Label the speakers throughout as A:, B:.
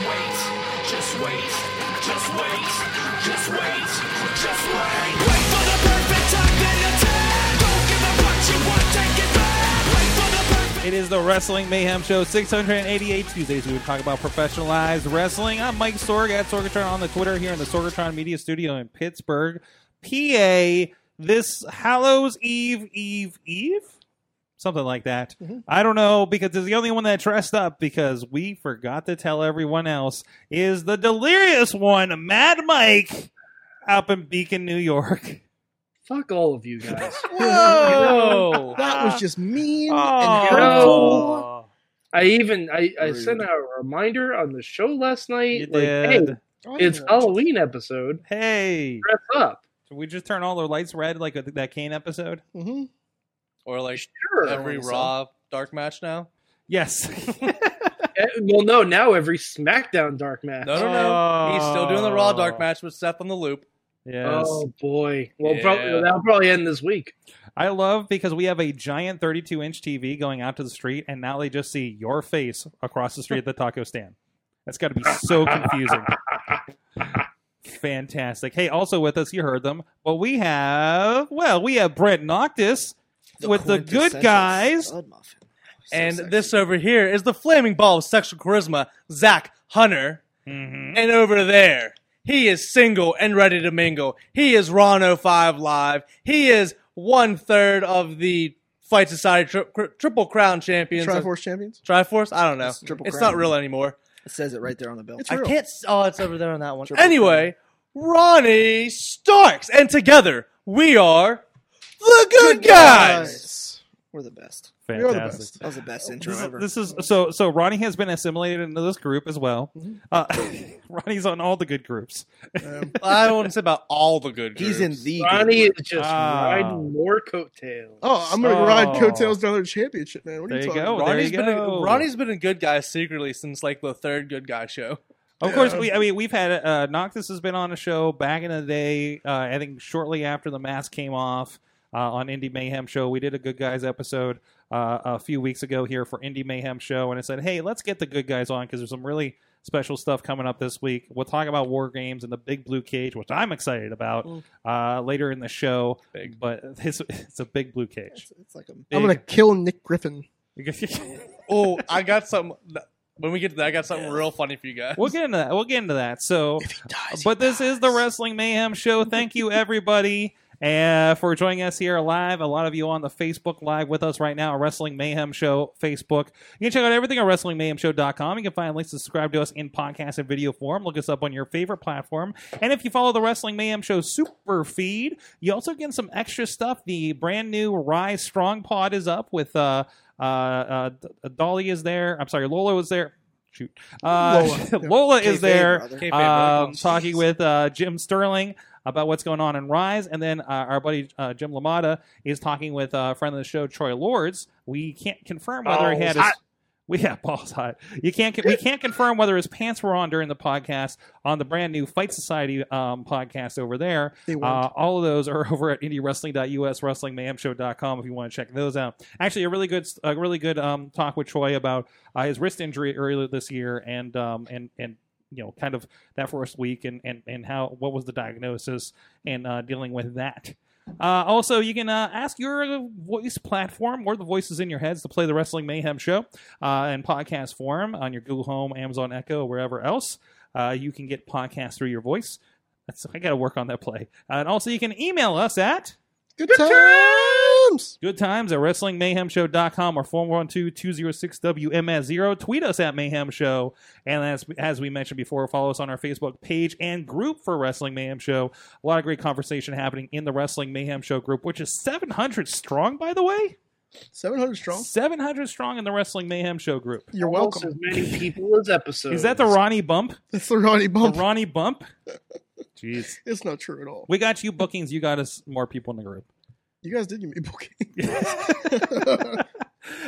A: wait, just wait, just wait, just wait, just wait. Wait for the perfect time, then attack. Don't give up what you want, take it back. Wait for the perfect.
B: It is the Wrestling Mayhem Show, 688 Tuesdays. We would talk about professionalized wrestling. I'm Mike Sorg at Sorgatron on the Twitter here in the Sorgatron Media Studio in Pittsburgh, PA. This Hallows Eve, Eve, Eve, something like that.
C: Mm-hmm.
B: I don't know because it's the only one that dressed up because we forgot to tell everyone else is the delirious one, Mad Mike, up in Beacon, New York.
D: Fuck all of you guys.
B: Whoa!
C: That was just mean
B: Oh.
C: and hurtful.
D: I even I, I sent out a reminder on the show last night.
B: You
D: like,
B: did.
D: hey,
C: Oh,
D: it's Halloween episode.
B: Hey.
D: Dress up.
B: Should we just turn all the lights red like that Kane episode?
C: hmm
E: Or like
D: Sure.
E: every
C: so.
E: Raw dark match now?
B: Yes.
D: Eh, well, no, now every SmackDown dark match.
E: No, no, no. He's still doing the Raw dark
B: Oh.
E: match with Seth on the loop.
B: yes.
D: Oh boy. Well,
E: Yeah.
D: probably, that'll probably end this week.
B: I love because we have a giant 32 inch TV going out to the street, and now they just see your face across the street at the taco stand. That's got to be so confusing. Fantastic. Hey, also with us, you heard them, but we have, well, we have Brent Noctis with the good
C: quintessential
B: guys.
C: stud muffin. So
E: and
C: sexy.
E: this over here is the flaming ball of sexual charisma, Zach Hunter.
B: Mhm.
E: And over there, he is single and ready to mingle. He is Ron 05 Live. He is one third of the Fight Society tri- cri- Triple Crown champions.
C: Triforce champions.
E: Triforce? I don't know.
C: It's Triple
E: It's
C: Crown.
E: not real anymore.
C: It says it right there on the bill. It's
E: I
C: real.
E: can't. s- Oh, it's over there on that one.
C: Triple
E: anyway, Ronnie Starks, and together we are the good, guys.
C: We're the best. You're the
B: Fantastic.
C: best. That was the best intro
B: This is,
C: ever.
B: this is so so Ronnie has been assimilated into this group as well. Uh, Ronnie's on all the good groups.
C: Um,
E: I wouldn't say about all the good.
C: he's in
E: groups.
C: the.
D: Ronnie is just
B: Ah.
D: riding more coattails.
C: Oh, I'm gonna
B: Oh.
C: ride coattails down their championship, man. What are
B: There you
C: talking
B: go.
C: about?
B: There
E: Ronnie's
B: you
E: been
B: go.
E: a, Ronnie's been a good guy secretly since like the third good guy show.
B: Of course, we I mean we've had uh, Noctis has been on a show back in the day. Uh, I think shortly after the mask came off uh, on Indie Mayhem show, we did a Good Guys episode uh, a few weeks ago here for Indie Mayhem show, and I said, hey, let's get the Good Guys on because there's some really special stuff coming up this week. We'll talk about War Games and the Big Blue Cage, which I'm excited about uh, later in the show.
E: Big.
B: But it's, it's a big blue cage.
C: It's, it's like a, I'm gonna kill Nick Griffin.
E: Oh, I got something. When we get to that, I got something real funny for you guys.
B: we'll get into that. We'll get into that. So,
C: If he dies,
B: but this is the Wrestling Mayhem Show. Thank you, everybody, uh, for joining us here live. A lot of you on the Facebook Live with us right now, Wrestling Mayhem Show Facebook. You can check out everything at WrestlingMayhemShow.com. You can find links to subscribe to us in podcast and video form. Look us up on your favorite platform. And if you follow the Wrestling Mayhem Show super feed, you also get some extra stuff. The brand new Rise Strong Pod is up with uh, uh, uh, D- Dolly is there. I'm sorry, Lola is there. Shoot. Uh,
C: Lola.
B: Lola,
C: Yeah.
B: is
C: Kayfabe,
B: there
C: brother.
E: Kayfabe, brother.
B: um, talking with uh, Jim Sterling about what's going on in Rise, and then uh, our buddy uh, Jim Lamada is talking with uh, friend of the show Troy Lords. We can't confirm whether he
D: Balls
B: had
D: hot.
B: his. We yeah, balls hot. You can't. We can't confirm whether his pants were on during the podcast on the brand new Fight Society um, podcast over there.
C: They weren't.
B: Uh, all of those are over at indiewrestling.us, wrestlingmayhemshow.com if you want to check those out. Actually, a really good, a really good um, talk with Troy about uh, his wrist injury earlier this year, and um, and and you know, kind of that first week, and and and how what was the diagnosis and uh, dealing with that. Uh, also, you can uh, ask your voice platform or the voices in your heads to play the Wrestling Mayhem Show uh, in podcast form on your Google Home, Amazon Echo, wherever else. Uh, you can get podcasts through your voice. That's, I got to work on that play. Uh, and also, you can email us at
C: Good times.
B: Good times at WrestlingMayhemShow.com or 412-206-WMS0. Tweet us at Mayhem Show. And as, as we mentioned before, follow us on our Facebook page and group for Wrestling Mayhem Show. A lot of great conversation happening in the Wrestling Mayhem Show group, which is 700 strong, by the way.
C: Seven hundred strong.
B: 700 strong in the Wrestling Mayhem Show group.
C: You're
D: Almost
C: welcome.
D: As many people as episodes.
B: Is that the Ronnie Bump?
C: That's the Ronnie
B: The
C: Bump.
B: Ronnie Bump? Jeez.
C: it's not true at all.
B: We got you bookings. You got us more people in the group.
C: You guys did give me booking.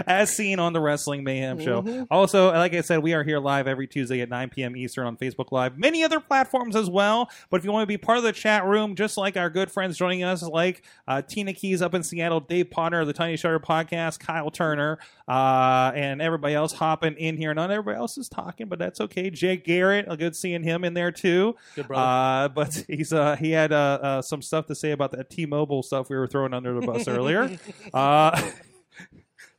B: As seen on the Wrestling Mayhem Show.
C: Mhm.
B: Also, like I said, we are here live every Tuesday at 9 p.m. Eastern on Facebook Live. Many other platforms as well. But if you want to be part of the chat room, just like our good friends joining us, like uh, Tina Keys up in Seattle, Dave Potter of the Tiny Shutter Podcast, Kyle Turner, uh, and everybody else hopping in here. Not everybody else is talking, but that's okay. Jake Garrett, uh, good seeing him in there too.
E: Good brother.
B: Uh, but he's uh, he had uh, uh, some stuff to say about that T-Mobile stuff we were throwing under the bus earlier. Uh,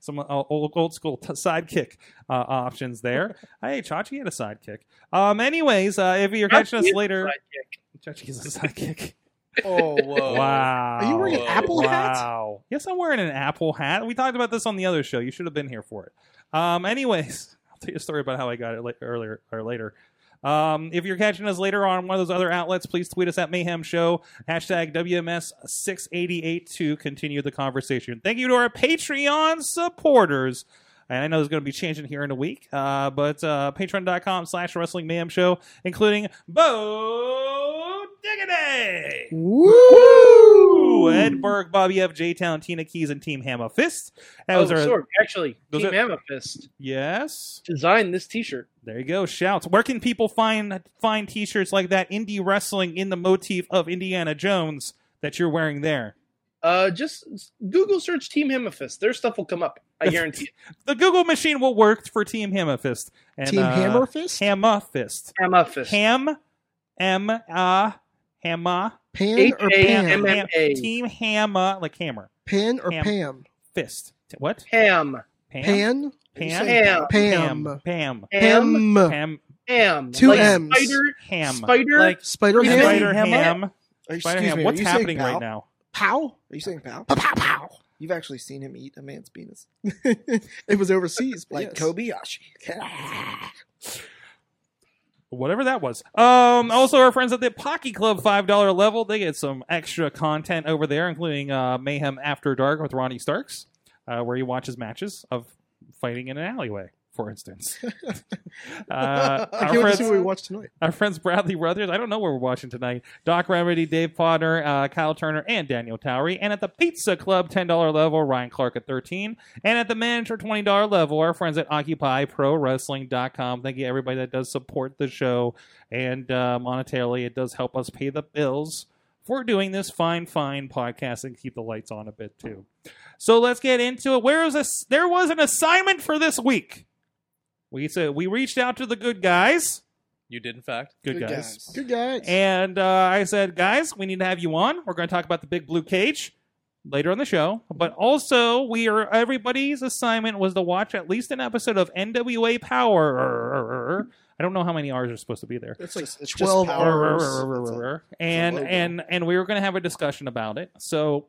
B: some uh, old old school t- sidekick uh, options there. hey, Chachi had a sidekick. Um, anyways, uh, if you're catching us
D: Chachi is a
B: later,
D: sidekick.
B: Chachi is a sidekick.
E: oh whoa!
B: Wow.
C: Are you wearing an apple hat?
B: Wow. Yes, I'm wearing an Apple hat. We talked about this on the other show. You should have been here for it. Um, anyways, I'll tell you a story about how I got it la- earlier or later. Um, if you're catching us later on one of those other outlets, please tweet us at Mayhem Show, hashtag WMS688 to continue the conversation. Thank you to our Patreon supporters. And I know it's going to be changing here in a week, uh, but uh, patreon.com slash wrestling mayhem show, including Bo Diggity. Woo! Ed Berg, Bobby F, J Town, Tina Keys, and Team Hammer Fist. That
D: Oh,
B: was our
D: sorry. Actually,
B: those
D: Team
B: are-
D: Amethyst
B: yes.
D: designed this T-shirt.
B: There you go. Shouts. Where can people find find T-shirts like that? Indie wrestling in the motif of Indiana Jones that you're wearing there.
D: Uh, just Google search Team Amethyst. Their stuff will come up. I guarantee it.
B: The Google machine will work for Team Hammer Fist. And,
C: Team
B: uh,
C: Hammer Fist?
B: Hammer Fist.
D: Amethyst.
B: Ham. M. Uh, Hammer.
C: Pan
D: H
C: or
D: A
C: Pam?
D: M M A.
B: Team Hammer. Like hammer.
C: Pan or
B: Ham.
C: Pam?
B: Fist. What?
D: Ham.
B: Pam.
C: Pan?
D: Pam.
B: Pam.
C: Pam.
B: Pam.
D: Ham.
C: Pam.
B: Pam.
D: Ham.
C: Two
D: like
C: M's.
D: Spider.
B: Ham.
D: Spider.
E: Like
C: Spider
D: Ham.
B: Spider
C: Ham.
B: ham.
F: Excuse
B: Spider ham.
F: me, are
B: What's
F: you saying
B: happening
F: pow?
B: right now?
C: Pow?
F: Are you saying pow?
C: Pow, pow, pow.
F: You've actually seen him eat a man's penis,
C: it was overseas. but
F: like
C: yes.
F: Kobayashi.
B: Whatever that was. Um, also, our friends at the Pocky Club five dollar level, they get some extra content over there, including uh, Mayhem After Dark with Ronnie Starks, uh, where he watches matches of fighting in an alleyway, for instance. uh,
C: I
B: our
C: can't wait to
B: friends
C: see what we watch tonight.
B: our friends Bradley Brothers. I don't know where we're watching tonight. Doc Remedy, Dave Potter, uh, Kyle Turner, and Daniel Towery. And at the Pizza Club ten dollar level, Ryan Clark at thirteen. And at the manager twenty dollar level, our friends at OccupyProWrestling.com. Thank you everybody that does support the show and uh, monetarily. It does help us pay the bills for doing this fine, fine podcast and keep the lights on a bit too. So let's get into it. Where is this? There was an assignment for this week. We said we reached out to the good guys.
E: You did, in fact.
B: Good,
F: Good
B: guys.
F: guys.
C: Good guys.
B: And uh, I said, guys, we need to have you on. We're going to talk about the big blue cage later on the show. But also, we are everybody's assignment was to watch at least an episode of NWA Power. I don't know how many R's are supposed to be there.
F: It's just, it's just
C: 12
F: powers.
B: And
F: logo.
B: and and we were going to have a discussion about it. So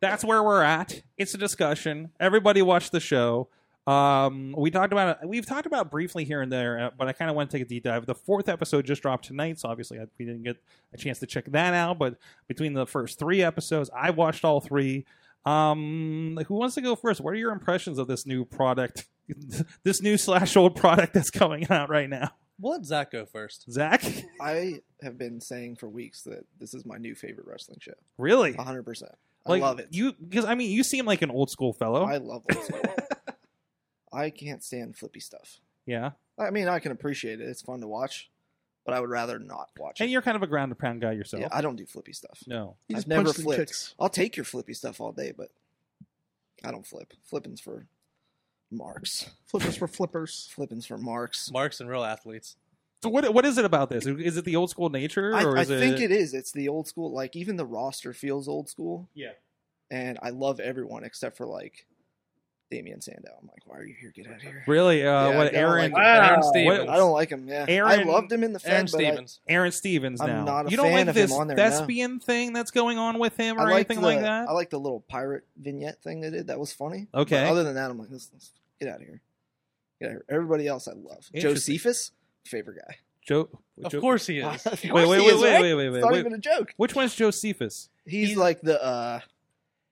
B: that's where we're at. It's a discussion. Everybody watched the show. Um, we talked about it. We've talked about it briefly here and there, uh, but I kind of want to take a deep dive. The fourth episode just dropped tonight, so obviously I, we didn't get a chance to check that out. But between the first three episodes, I watched all three. Um, who wants to go first? What are your impressions of this new product, this new slash old product that's coming out right now?
E: We'll let Zach go first.
B: Zach,
F: I have been saying for weeks that this is my new favorite wrestling show.
B: really?
F: 100. percent I
B: Like,
F: love it.
B: You because I mean, you seem like an old school fellow.
F: I love it. I can't stand flippy stuff.
B: yeah,
F: I mean, I can appreciate it. It's fun to watch, but I would rather not watch
B: and
F: it.
B: you're kind of a ground and pound guy yourself.
F: Yeah, I don't do flippy stuff.
B: no,
C: He
F: I've
C: just
F: never
C: punched and
F: flipped.
C: kicks.
F: I'll take your flippy stuff all day, but I don't flip. Flipping's for marks.
C: Flippers for flippers.
F: Flipping's for marks.
E: Marks and real athletes.
B: So what what is it about this? Is it the old school nature,
F: I,
B: or
F: I
B: is it?
F: think it is. It's the old school. Like even the roster feels old school.
B: Yeah.
F: And I love everyone except for like Damian Sandow. I'm like, why are you here? Get out of here.
B: really? Uh,
F: Yeah, I
B: what
F: don't
B: Aaron?
F: like
D: Wow.
E: Aaron
D: What-
E: Stevens.
F: I don't like him. Yeah. I
B: Aaron-
F: loved him in the
E: Aaron
F: Fron, but I-
E: Stevens.
B: Aaron Stevens
F: I'm
B: now.
F: not a
B: you don't
F: fan
B: like
F: of him
B: this
F: on there, no.
B: thespian thing that's going on with him
F: I,
B: or
F: liked
B: anything
F: the,
B: like that?
F: I like the little pirate vignette thing they did. That was funny.
B: Okay.
F: But other than that, I'm like, listen, listen, get out of here. Get out of here. Everybody else I love.
B: Interesting.
F: Josephus, favorite guy.
B: Joe,
E: Of
B: Joe-
E: course he is.
F: Of course
B: Wait, wait,
F: he
B: wait,
F: is,
B: wait,
F: right?
B: wait, wait,
F: It's
B: wait,
F: not
B: wait.
F: even a joke.
B: Which one's Josephus?
F: He's,
E: He's-
F: like the uh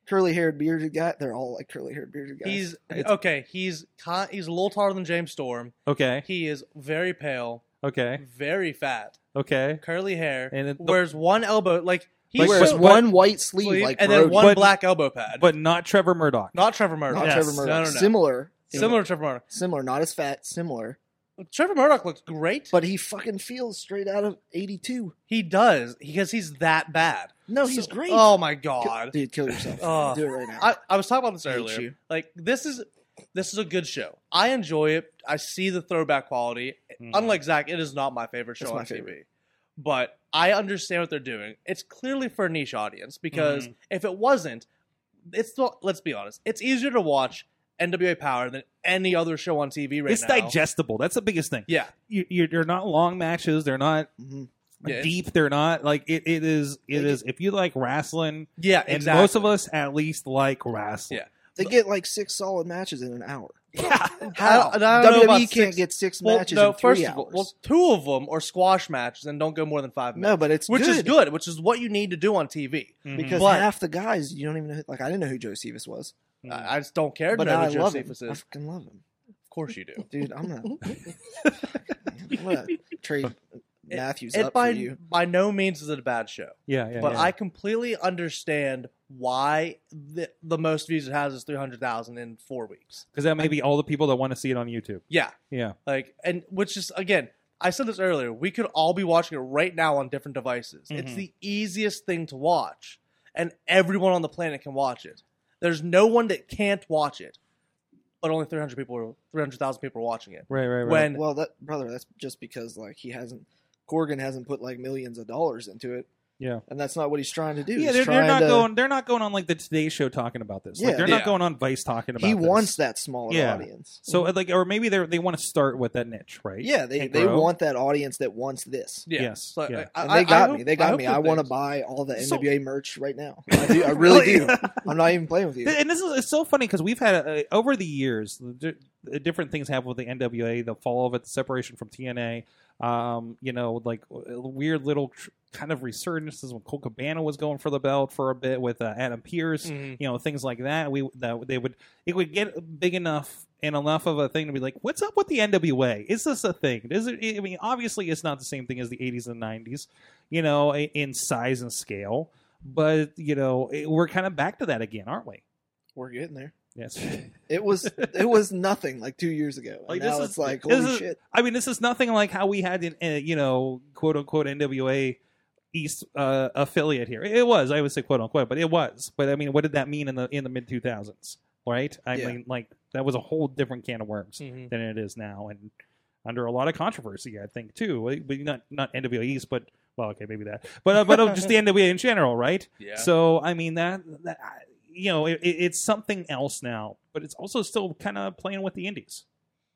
F: curly haired bearded guy. They're all like curly haired bearded guys.
E: He's
F: It's-
E: okay. He's con- he's a little taller than James Storm.
B: Okay.
E: He is very pale,
B: Okay.
E: very fat,
B: Okay.
E: curly hair.
B: And it-
E: wears one elbow like he
B: Like,
E: wears
F: just
B: but-
F: one white sleeve,
E: sleeve
F: like
E: and then
F: Brody.
E: one
B: But-
E: black elbow pad.
B: But not Trevor Murdoch.
E: not Trevor Murdoch.
F: not
B: Yes.
F: Trevor Murdoch.
E: No, no, no.
F: Similar,
E: Similar to Trevor Murdoch.
F: similar, not as fat, similar,
E: Trevor Murdoch looks great.
F: but he fucking feels straight out of '82.
E: he does because he's that bad.
F: No, he's great.
E: Oh my
F: Kill-
E: god.
F: dude, kill yourself.
E: Oh.
F: Do it right now.
E: I, I was talking about this
F: Hate
E: earlier.
F: you.
E: Like this is this is a good show. I enjoy it. I see the throwback quality. Unlike Zach, it is not my favorite show
F: Mm-hmm. It's
E: on
F: my
E: TV. But I understand what they're doing. It's clearly for a niche audience because
F: Mm-hmm.
E: if it wasn't, it's still, let's be honest, it's easier to watch NWA Power than any other show on TV right
B: it's
E: now.
B: digestible. That's the biggest thing.
E: Yeah,
B: You, you're, they're not long matches. They're not
F: Mhm.
E: Yeah, it's-
B: deep. They're not like it. It is. It
F: They
B: is. If you like wrestling,
E: yeah,
B: and
E: exactly.
B: most of us at least like wrestling.
E: Yeah.
F: They get like six solid matches in an hour.
B: Yeah.
F: How
E: and I don't know
F: WWE
E: about
F: E can't
E: six-
F: get six
E: well,
F: matches
E: no,
F: in three
E: first
F: hours.
E: of all, well, two of them are squash matches and don't go more than five minutes.
F: no, but it's
E: which
F: good
E: is good, which is what you need to do on TV.
F: because
E: But-
F: half the guys you don't even know. who- Like I didn't know who Joe Sivas was,
B: Mhm.
E: I, I just don't care to
F: Mm. but
E: know
F: now I
E: who
F: love him.
E: Josephus
F: I
E: is.
F: fucking love him,
E: Of course you do.
F: dude. I'm gonna, I'm gonna trade Matthews
E: It
F: up
E: by
F: for you.
E: by no means is it a bad show,
B: yeah. Yeah.
E: but
B: yeah.
E: I completely understand why the, the most views it has is three hundred thousand in four weeks.
B: because that may be all the people that want to see it on YouTube.
E: Yeah,
B: Yeah.
E: like and which is again, I said this earlier. We could all be watching it right now on different devices. It's
B: Mhm.
E: the easiest thing to watch, and everyone on the planet can watch it. There's no one that can't watch it, but only three hundred people, three hundred thousand people are watching it.
B: Right. Right. Right.
E: When
F: Well, that brother, that's just because like he hasn't. Corgan hasn't put like millions of dollars into it.
B: Yeah.
F: and that's not what he's trying to do.
B: yeah,
F: He's
B: they're, they're
F: trying
B: not
F: to-
B: going. They're not going on like the Today Show talking about this. Like,
F: Yeah.
B: they're
E: Yeah.
B: not going on Vice talking about.
F: He
B: this.
F: wants that smaller
B: Yeah.
F: audience.
B: So like, or maybe they they want to start with that niche, right?
F: Yeah, they,
B: And
F: they
B: grow.
F: want that audience that wants this.
E: Yeah.
B: Yes,
E: So,
B: yeah.
E: I,
F: And
E: I-
F: they got
E: I
F: me.
E: hope-
F: They got me.
E: hope
F: I
E: that
F: want to
E: they-
F: buy all the
B: So-
F: NWA merch right now. I, do, I really,
B: Really?
F: do. I'm not even playing with you.
B: And this is it's so funny because we've had uh, over the years d- different things happen with the NWA, the fall of it, the separation from TNA. Um, you know, like uh, weird little tr- kind of resurgences when Cole Cabana was going for the belt for a bit with uh, Adam Pierce.
E: Mhm.
B: You know, things like that. We that they would it would get big enough and enough of a thing to be like, what's up with the NWA? Is this a thing? Is it? I mean, obviously, it's not the same thing as the '80s and '90s. You know, i- in size and scale. But you know, it, we're kind of back to that again, aren't we?
F: We're getting there.
B: Yes.
F: It was it was nothing like two years ago. And
B: Like, this
F: now
B: is-
F: it's like
B: this
F: holy
B: is-
F: shit.
B: I mean, this is nothing like how we had an, uh, you know, quote unquote NWA East uh, affiliate here. It was, I would say, quote unquote, but it was. But I mean, what did that mean in the in the mid two thousands, right? I
F: Yeah.
B: mean, like that was a whole different can of worms
E: Mhm.
B: than it is now, and under a lot of controversy, I think too. Like, But not not NWA East, but well, okay, maybe that, but uh, but uh, just the NWA in general, right?
E: Yeah.
B: So I mean that, that I- you know, it, it- it's something else now, but it's also still kind of playing with the indies.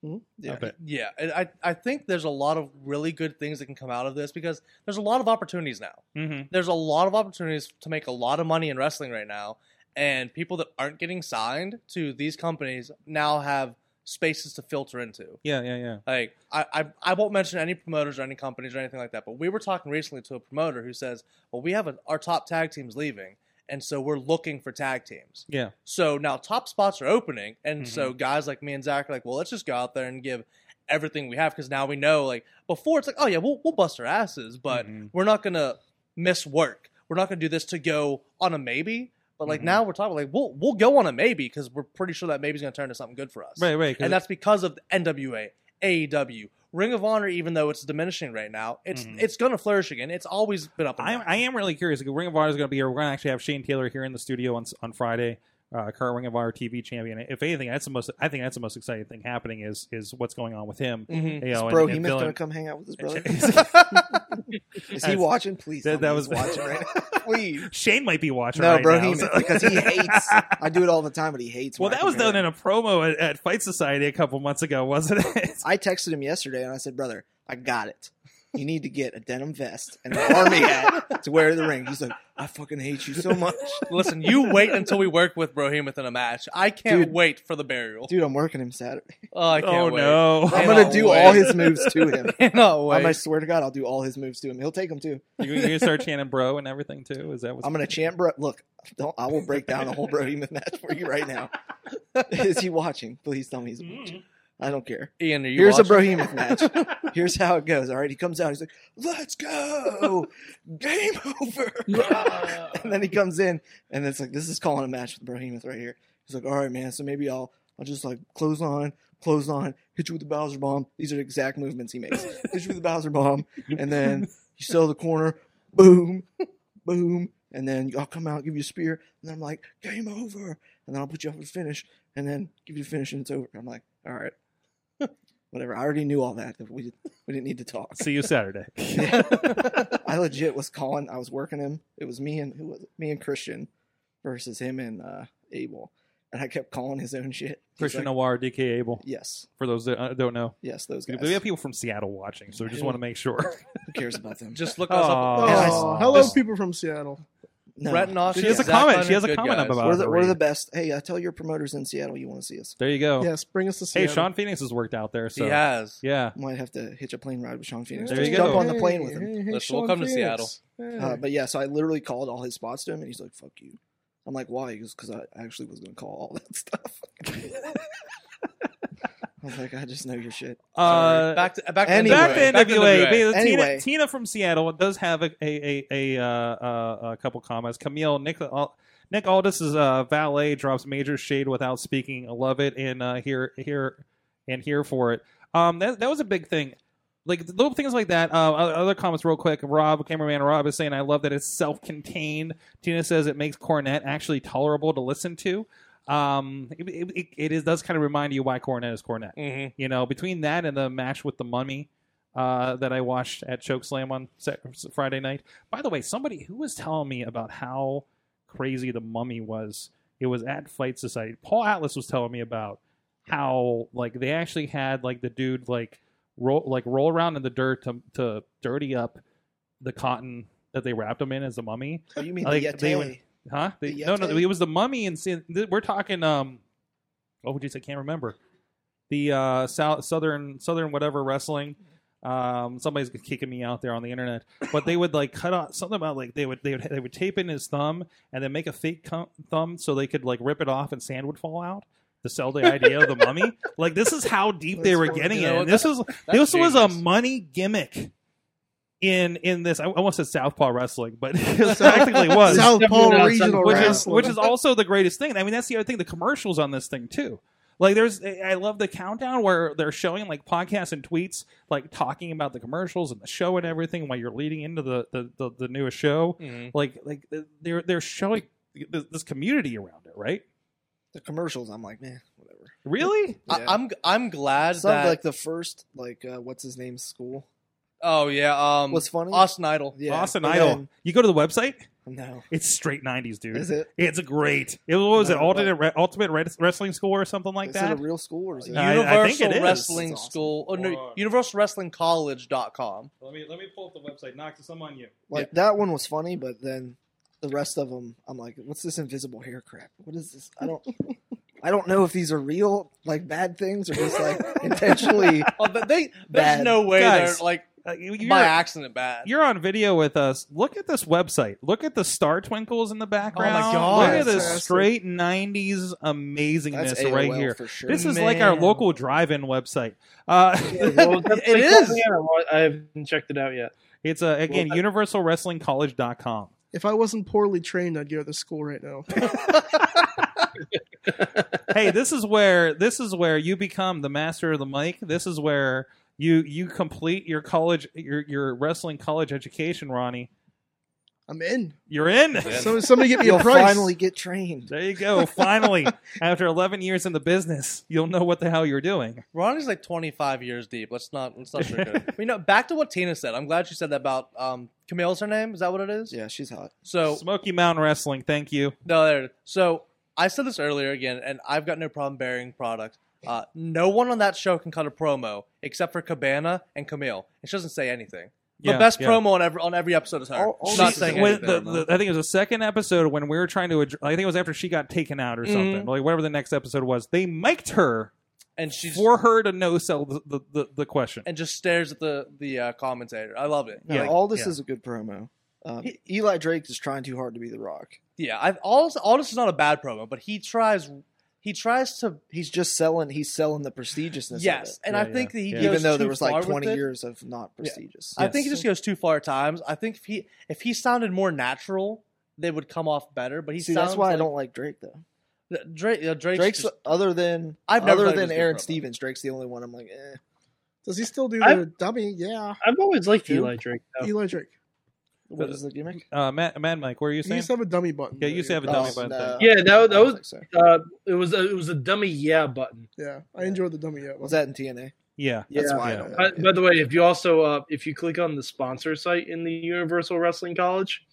F: Yeah.
B: a bit.
E: yeah, and I I think there's a lot of really good things that can come out of this because there's a lot of opportunities now.
B: Mm-hmm.
E: There's a lot of opportunities to make a lot of money in wrestling right now, and people that aren't getting signed to these companies now have spaces to filter into.
B: Yeah, yeah, yeah.
E: Like I, I, I won't mention any promoters or any companies or anything like that, but we were talking recently to a promoter who says, "Well, we have a, our top tag teams leaving, and so we're looking for tag teams."
B: Yeah. Mm-hmm.
E: So now top spots are opening, and so guys like me and Zach are like, "Well, let's just go out there and give everything we have," because now we know. Like before, it's like, "Oh yeah, we'll we'll bust our asses," but
B: Mhm.
E: we're not gonna miss work. We're not gonna do this to go on a maybe. But like
B: Mhm.
E: now we're talking like we'll we'll go on a maybe because we're pretty sure that maybe's gonna turn to something good for us.
B: Right, right. 'cause
E: And that's because of the NWA, AEW, E Ring of Honor. Even though it's diminishing right now, it's
F: Mm-hmm.
B: Mhm.
E: it's going to flourish again. It's always been up. And
B: I,
E: down.
B: I am really curious. Like, Ring of Honor is going to be here. We're going to actually have Shane Taylor here in the studio on on Friday. Uh, current Ring of Honor TV champion. If anything, that's the most. I think that's the most exciting thing happening is is what's going on with him.
E: Mhm.
B: You know,
F: Mm-hmm. Bro,
B: and,
F: Heman's
B: and
F: gonna
B: Dylan-
F: come hang out with his brother.
E: Mm-hmm.
F: Is he
B: That's-
F: watching? Please.
B: that-
F: tell
B: that
F: me he's
B: was-
F: watching right now. Please.
B: Shane might be watching.
F: No,
B: right
F: bro,
B: now,
F: Heman,
B: so-
F: because he hates. I do it all the time, but he hates.
B: Well,
F: when I
B: that was
F: compare
B: done in a promo at, at Fight Society a couple months ago, wasn't it?
F: I texted him yesterday and I said, "Brother, I got it. you need to get a denim vest and an army hat to wear to the ring. He's like, I fucking hate you so much.
E: Listen, you wait until we work with Brohemoth in a match. I can't
F: Dude.
E: wait for the burial.
F: Dude, I'm working him Saturday.
E: Oh, I can't
B: oh
E: wait.
B: no!
F: I'm
E: Cannot
F: gonna do all
E: wait.
F: his moves to him.
E: Cannot wait.
F: Um, I swear to God, I'll do all his moves to him. He'll take them too.
B: you, you start chanting bro and everything too. Is that what's
F: I'm gonna chant, bro. Look, don't. I will break down the whole Brody Heath match for you right now. Is he watching? Please tell me he's
B: Mm.
F: watching. I don't care.
E: Ian, are you
F: Here's
E: watching?
F: a Brohemoth match. Here's how it goes. All right, he comes out. He's like, "Let's go, game over." and then he comes in, and it's like, "This is calling a match with Brohemoth right here." He's like, "All right, man. So maybe I'll, I'll just like close on, close on, hit you with the Bowser bomb." These are the exact movements he makes. hit you with the Bowser bomb, and then you sell the corner, boom, boom, and then I'll come out, give you a spear, and then I'm like, "Game over," and then I'll put you up for the finish, and then give you the finish, and it's over. I'm like, "All right." whatever. I already knew all that. We we didn't need to talk.
B: See you Saturday.
F: I legit was calling. I was working him. It was me and who was it? me and Christian versus him and uh, Abel, and I kept calling his own shit. He's
B: Christian
F: like,
B: Noir, DK Abel.
F: yes,
B: For those that uh, don't know,
F: yes, those guys.
B: we have people from Seattle watching, so we just want to make sure.
F: Who cares about them?
E: Just look us up.
B: Oh,
C: Oh,
F: Yes.
C: hello,
F: This-
C: people from Seattle.
F: No.
E: Brett and Austin.
B: She has a
E: Zach
B: comment.
E: Hunter,
B: She has a
E: good
B: comment
E: guys.
B: about-
F: We're the, we're the
B: Reed.
F: best. Hey, I tell your promoters in Seattle you want to see us.
B: there you go.
C: Yes, bring us to
B: hey,
C: Seattle.
B: Sean Phoenix has worked out there. So
E: He has.
B: yeah,
F: Might have to hitch a plane ride with Sean Phoenix.
B: There
F: Just
B: you go.
F: Jump on the plane with him.
E: Listen, we'll come to
C: Seattle.
F: Uh, but yeah, so I literally called all his spots to him, and he's like, "Fuck you." I'm like, "Why?" He goes, "Because I actually was going to call all that stuff." I was like, "I just know your shit."
B: uh,
E: back to back to
F: Anyway.
B: back to NWA.
E: Back to
B: because
F: Anyway.
B: Tina, Tina from Seattle does have a a a, a, uh, uh, a couple comments. Camille Nick Al- Nick Aldis's uh, valet drops major shade without speaking. I love it and uh, here here and here for it. Um, that that was a big thing. Like little things like that. Uh, o- other comments, real quick. Rob, cameraman Rob, is saying, "I love that it's self-contained." Tina says it makes Cornette actually tolerable to listen to. Um, it, it- it, it is does kind of remind you why Cornette is Cornette
E: hmm
B: you know, between that and the match with the mummy uh, that I watched at Chokeslam on Sa- Friday night. By the way, somebody who was telling me about how crazy the mummy was. It was at Flight Society. Paul Atlas was telling me about how like they actually had like the dude like roll like roll around in the dirt to to dirty up the cotton that they wrapped him in as the mummy.
F: Oh, you mean
B: Like,
F: the Yeti?
B: they would- Huh? They,
F: The
B: no, no,
F: Yeti?
B: it was the mummy and Sin- th- we're talking um oh geez, I can't remember. The uh south, southern southern whatever wrestling. Um somebody's kicking me out there on the internet. But they would like cut off something about like they would they would they would tape in his thumb and then make a fake cum- thumb so they could like rip it off and sand would fall out. To sell the idea of the mummy, like this is how deep they
C: That's
B: were
C: funny.
B: getting
E: You
B: it.
E: know
B: And
E: what,
B: this was this was a
E: um,
B: money gimmick in in this. I almost said Southpaw wrestling, but it practically
D: Definitely
B: was
C: Southpaw
D: not
C: Regional
D: something-
B: which is
C: Wrestling.
B: which is also the greatest thing. I mean, that's the other thing. The commercials on this thing too. Like, there's I love the countdown where they're showing like podcasts and tweets, like talking about the commercials and the show and everything while you're leading into the the, the, the newest show.
F: Mm-hmm.
B: Like like they're they're showing th- this community around it, right?
F: the commercials. I'm like, man, whatever.
B: Really?
F: Yeah.
E: I, I'm I'm glad
F: Sounds
E: that.
F: like the first, like, uh, what's his name? School.
E: oh yeah. Um,
F: What's funny?
E: Austin Idol.
F: Yeah.
B: Mm. Austin
F: but
B: Idol.
F: then-
B: you go to the website.
F: no,
B: It's straight '90s, dude.
F: is it?
B: It's great. It what was
F: No,
B: it
F: but-
B: alternate re- ultimate Red- wrestling school or something like
F: is
B: that.
F: it a real school or is it?
B: Uh, I- I think
E: Universal
B: it is.
E: Wrestling
F: That's awesome.
E: School. Oh, no,
B: Whoa.
E: UniversalWrestlingCollege.com.
B: let me let me pull up the website. Knock some on you.
F: like that one was funny, but then the rest of them, I'm like, what's this invisible hair crap? What is this? I don't. I don't know if these are real, like bad things, or just like intentionally.
E: Oh, but they. There's
F: Bad.
E: no way
B: Guys.
E: they're like
B: Uh, you- you're-
E: by accident bad.
B: you're on video with us. Look at this website. Look at the star twinkles in the background.
E: God.
B: Look at this
C: Fantastic.
B: straight '90s amazingness
F: That's
B: right
F: AOL
B: here.
F: for sure.
B: This is like our
E: Man.
B: local drive-in website. Uh,
D: Well, that's
E: It
D: like-
E: is.
D: yeah, well, I haven't checked it out yet.
B: it's uh, again UniversalWrestlingCollege.com.
C: If I wasn't poorly trained, I'd go to school right now.
B: hey, this is where this is where you become the master of the mic. This is where you you complete your college your your wrestling college education, Ronnie.
C: I'm in.
B: You're in.
C: So, somebody get me
F: You'll
C: a price.
F: finally get trained.
B: There you go. Finally, after 11 years in the business, you'll know what the hell you're doing.
E: Ronnie's like 25 years deep. Let's not let's not sugarcoat. it. you know, back to what Tina said. I'm glad she said that about um Camille's her name. Is that what it is?
F: Yeah, she's hot.
E: So
B: Smoky Mountain Wrestling, thank you.
E: no, there. it is. So I said this earlier again, and I've got no problem burying product. Uh, no one on that show can cut a promo except for Cabana and Camille, and she doesn't say anything. The
B: Yeah,
E: best
B: yeah.
E: promo on every on every episode is her.
F: All- all
E: She's not
F: these-
E: saying
B: when
E: anything.
B: the, the, I think it was the second episode when we were trying to. addr- I think it was after she got taken out or something, like whatever the next episode was. They mic'd her
E: and she's
B: for her to no sell the, the, the, the question.
E: and just stares at the the uh, commentator. I love it.
F: No,
B: Yeah.
F: all this
B: Yeah.
F: is a good promo. Um, Eli Drake is trying too hard to be The Rock.
E: Yeah, I've, all this- all this is not a bad promo, but he tries he tries to
F: He's just selling. He's selling the prestigiousness.
E: yes,
F: of
E: and
B: Yeah,
E: I think
B: yeah.
E: that he
B: Yeah.
F: it.
E: goes
F: even though there
E: too
F: was
E: far
F: like
E: with
F: twenty
E: it.
F: years of not prestigious.
E: I think he just goes too far at times. I think if he if he sounded more natural, they would come off better. But he
F: See,
E: sounds
F: that's why
E: like,
F: I don't like Drake though.
E: don't Drake. Uh, Drake's,
F: Drake's
E: just-
F: other than
E: I've never
F: other
E: thought he
F: than
E: was good
F: Aaron
E: promo.
F: Stevens, Drake's the only one I'm like, eh.
C: Does he still do
D: I-
C: the dummy? Yeah.
D: I've always liked
C: Who?
D: Eli Drake.
F: Oh.
D: Though.
C: Eli Drake.
F: What is the gimmick? Oh,
B: Uh, Matt, Mad Mike, what were you
C: He
B: saying?
C: used to have a dummy button.
B: Yeah, you used to have a dummy button thing.
D: Yeah, that- that
F: I don't
D: was-
F: think so.
D: Uh, it was a, it was a dummy yeah button.
C: Yeah, I enjoyed the dummy. Yeah,
F: Was that in TNA?
B: yeah.
F: That's
D: Yeah.
F: why
B: Yeah.
F: I don't.
D: By,
F: Like it.
D: by the way, if you also uh, if you click on the sponsor site in the Universal Wrestling College,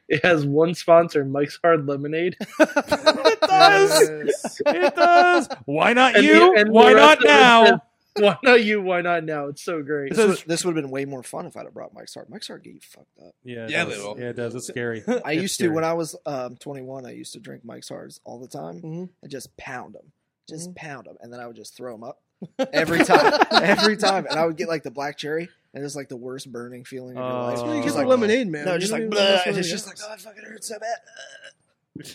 D: it has one sponsor, Mike's Hard Lemonade.
B: it does.
C: Yes.
B: it does. Why not
D: And the-
B: you?
D: and the
B: Why
D: rest
B: not
D: of it
B: now?
D: says, why not you? Why not now? It's so great.
B: It
F: This
B: says-
F: would, this would have been way more fun if I'd have brought Mike Hart. Mike Hart get you fucked up.
B: Yeah, it
E: Yeah,
B: does.
E: they will.
B: Yeah, it does. It's scary.
F: I
B: It's
F: used to
B: scary.
F: when I was um, 21. I used to drink Mike's Hards all the time
C: Mhm.
F: and just pound them, just
C: Mhm.
F: pound them, and then I would just throw them up every time, every time, and I would get like the black cherry, and it's like the worst burning feeling of your
B: Oh.
F: life.
C: That's where you
F: Just
C: get
F: like,
C: the lemonade, man.
F: No,
C: You
F: just
C: don't
F: like
C: even know
F: "Bleh," and
C: what's really
F: it's
C: in
F: just
C: it.
F: like oh, it fucking hurts so bad.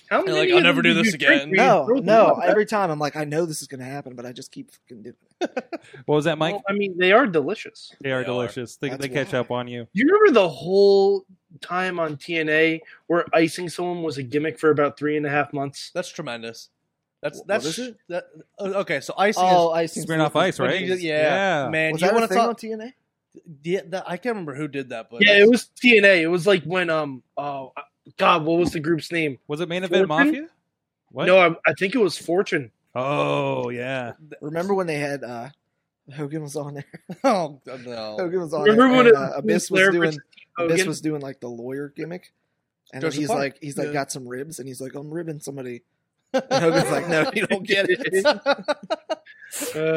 D: How
E: They're
D: many
E: like,
D: of
E: I'll
D: them
E: never do
D: you
E: this
D: drink
E: again.
D: where you
F: No,
D: throw
F: no.
D: them up?
F: Every time I'm like, I know this is gonna happen, but I just keep fucking doing it.
B: What was that, Mike?
D: Well, I mean, they are delicious.
B: they are
E: they are.
B: delicious. They,
F: That's
B: they catch
F: why.
B: up on you.
D: You remember the whole time on TNA where icing someone was a gimmick for about three and a half months?
E: that's tremendous. That's
F: Wh- what
E: that's
F: is it?
E: that. uh, Okay, so icing
F: Oh,
E: is.
F: I see.
B: Smirnoff Ice,
E: when
B: right?
E: you just- yeah, man.
F: Oh, Was
E: you
F: that
E: want
F: a
E: to
F: thing
E: talk?
F: on TNA?
E: Yeah, that, I can't remember who did that, but
D: Yeah, it was TNA. It was like when um oh God, what was the group's name?
B: Was it main event
D: Fortune?
B: mafia? What?
D: No, I, I think it was Fortune.
B: Oh yeah.
F: Remember when they had uh, Hogan was on there?
E: Oh no!
F: Hogan was on
D: Remember
F: there.
D: when
F: and,
D: it-
F: uh, Abyss was
D: Flair
F: doing
D: versus
F: Abyss
D: Hogan?
F: was doing like the lawyer gimmick, and then
E: Joseph
F: he's
E: Park.
F: like, he's like
C: Yeah.
F: got some ribs, and he's like, I'm ribbing somebody. And Hogan's like, no, you don't get it.
D: Uh,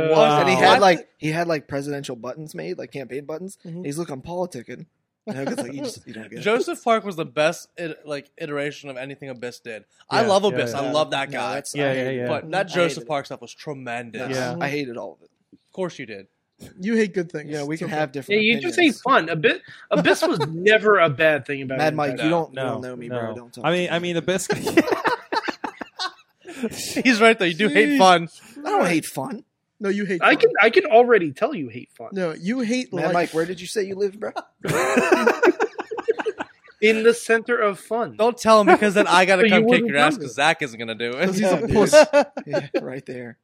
B: Wow.
F: And he
B: Oh.
F: had like he had like presidential buttons made, like campaign buttons.
C: Mhm.
F: He's like, I'm politicking. And Hogan's like, you just you don't get it.
E: Joseph Park was the best it, like iteration of anything Abyss did. I
B: Yeah,
E: love
B: yeah,
E: Abyss.
B: yeah.
E: I love that
F: No,
E: guy.
F: that's-
B: Yeah,
F: I
B: yeah,
F: hated it.
B: yeah.
E: But
F: I
E: that
F: hated
E: Joseph
F: it.
E: Park stuff was tremendous.
B: Yeah.
F: I hated all of it.
E: Of course you did.
C: you hate good things.
F: You know, we
C: It's
F: can
C: okay.
F: have
D: yeah,
F: different.
D: you just ain't
F: opinions.
D: fun. Abyss, Abyss was never a bad thing about
F: Mad
D: it.
F: Mike.
E: No,
F: you don't,
B: No,
F: you don't know me,
B: no.
F: bro. Don't talk
B: I
F: to
B: mean,
F: me.
B: I mean, Abyss.
E: He's right though. You do hate fun.
F: I don't hate fun.
C: No, you hate.
D: I
C: fun.
D: can I can already tell you hate fun
C: No, you hate
F: Mad
C: life.
F: Mike, where did you say you live, bro?
D: in the center of fun.
E: Don't tell him because then I gotta
D: But you
E: come kick
D: wouldn't
E: your ass
D: come.
E: because Zach isn't gonna do it.
C: he's a
F: Yeah, dude.
C: puss.
F: yeah, right there.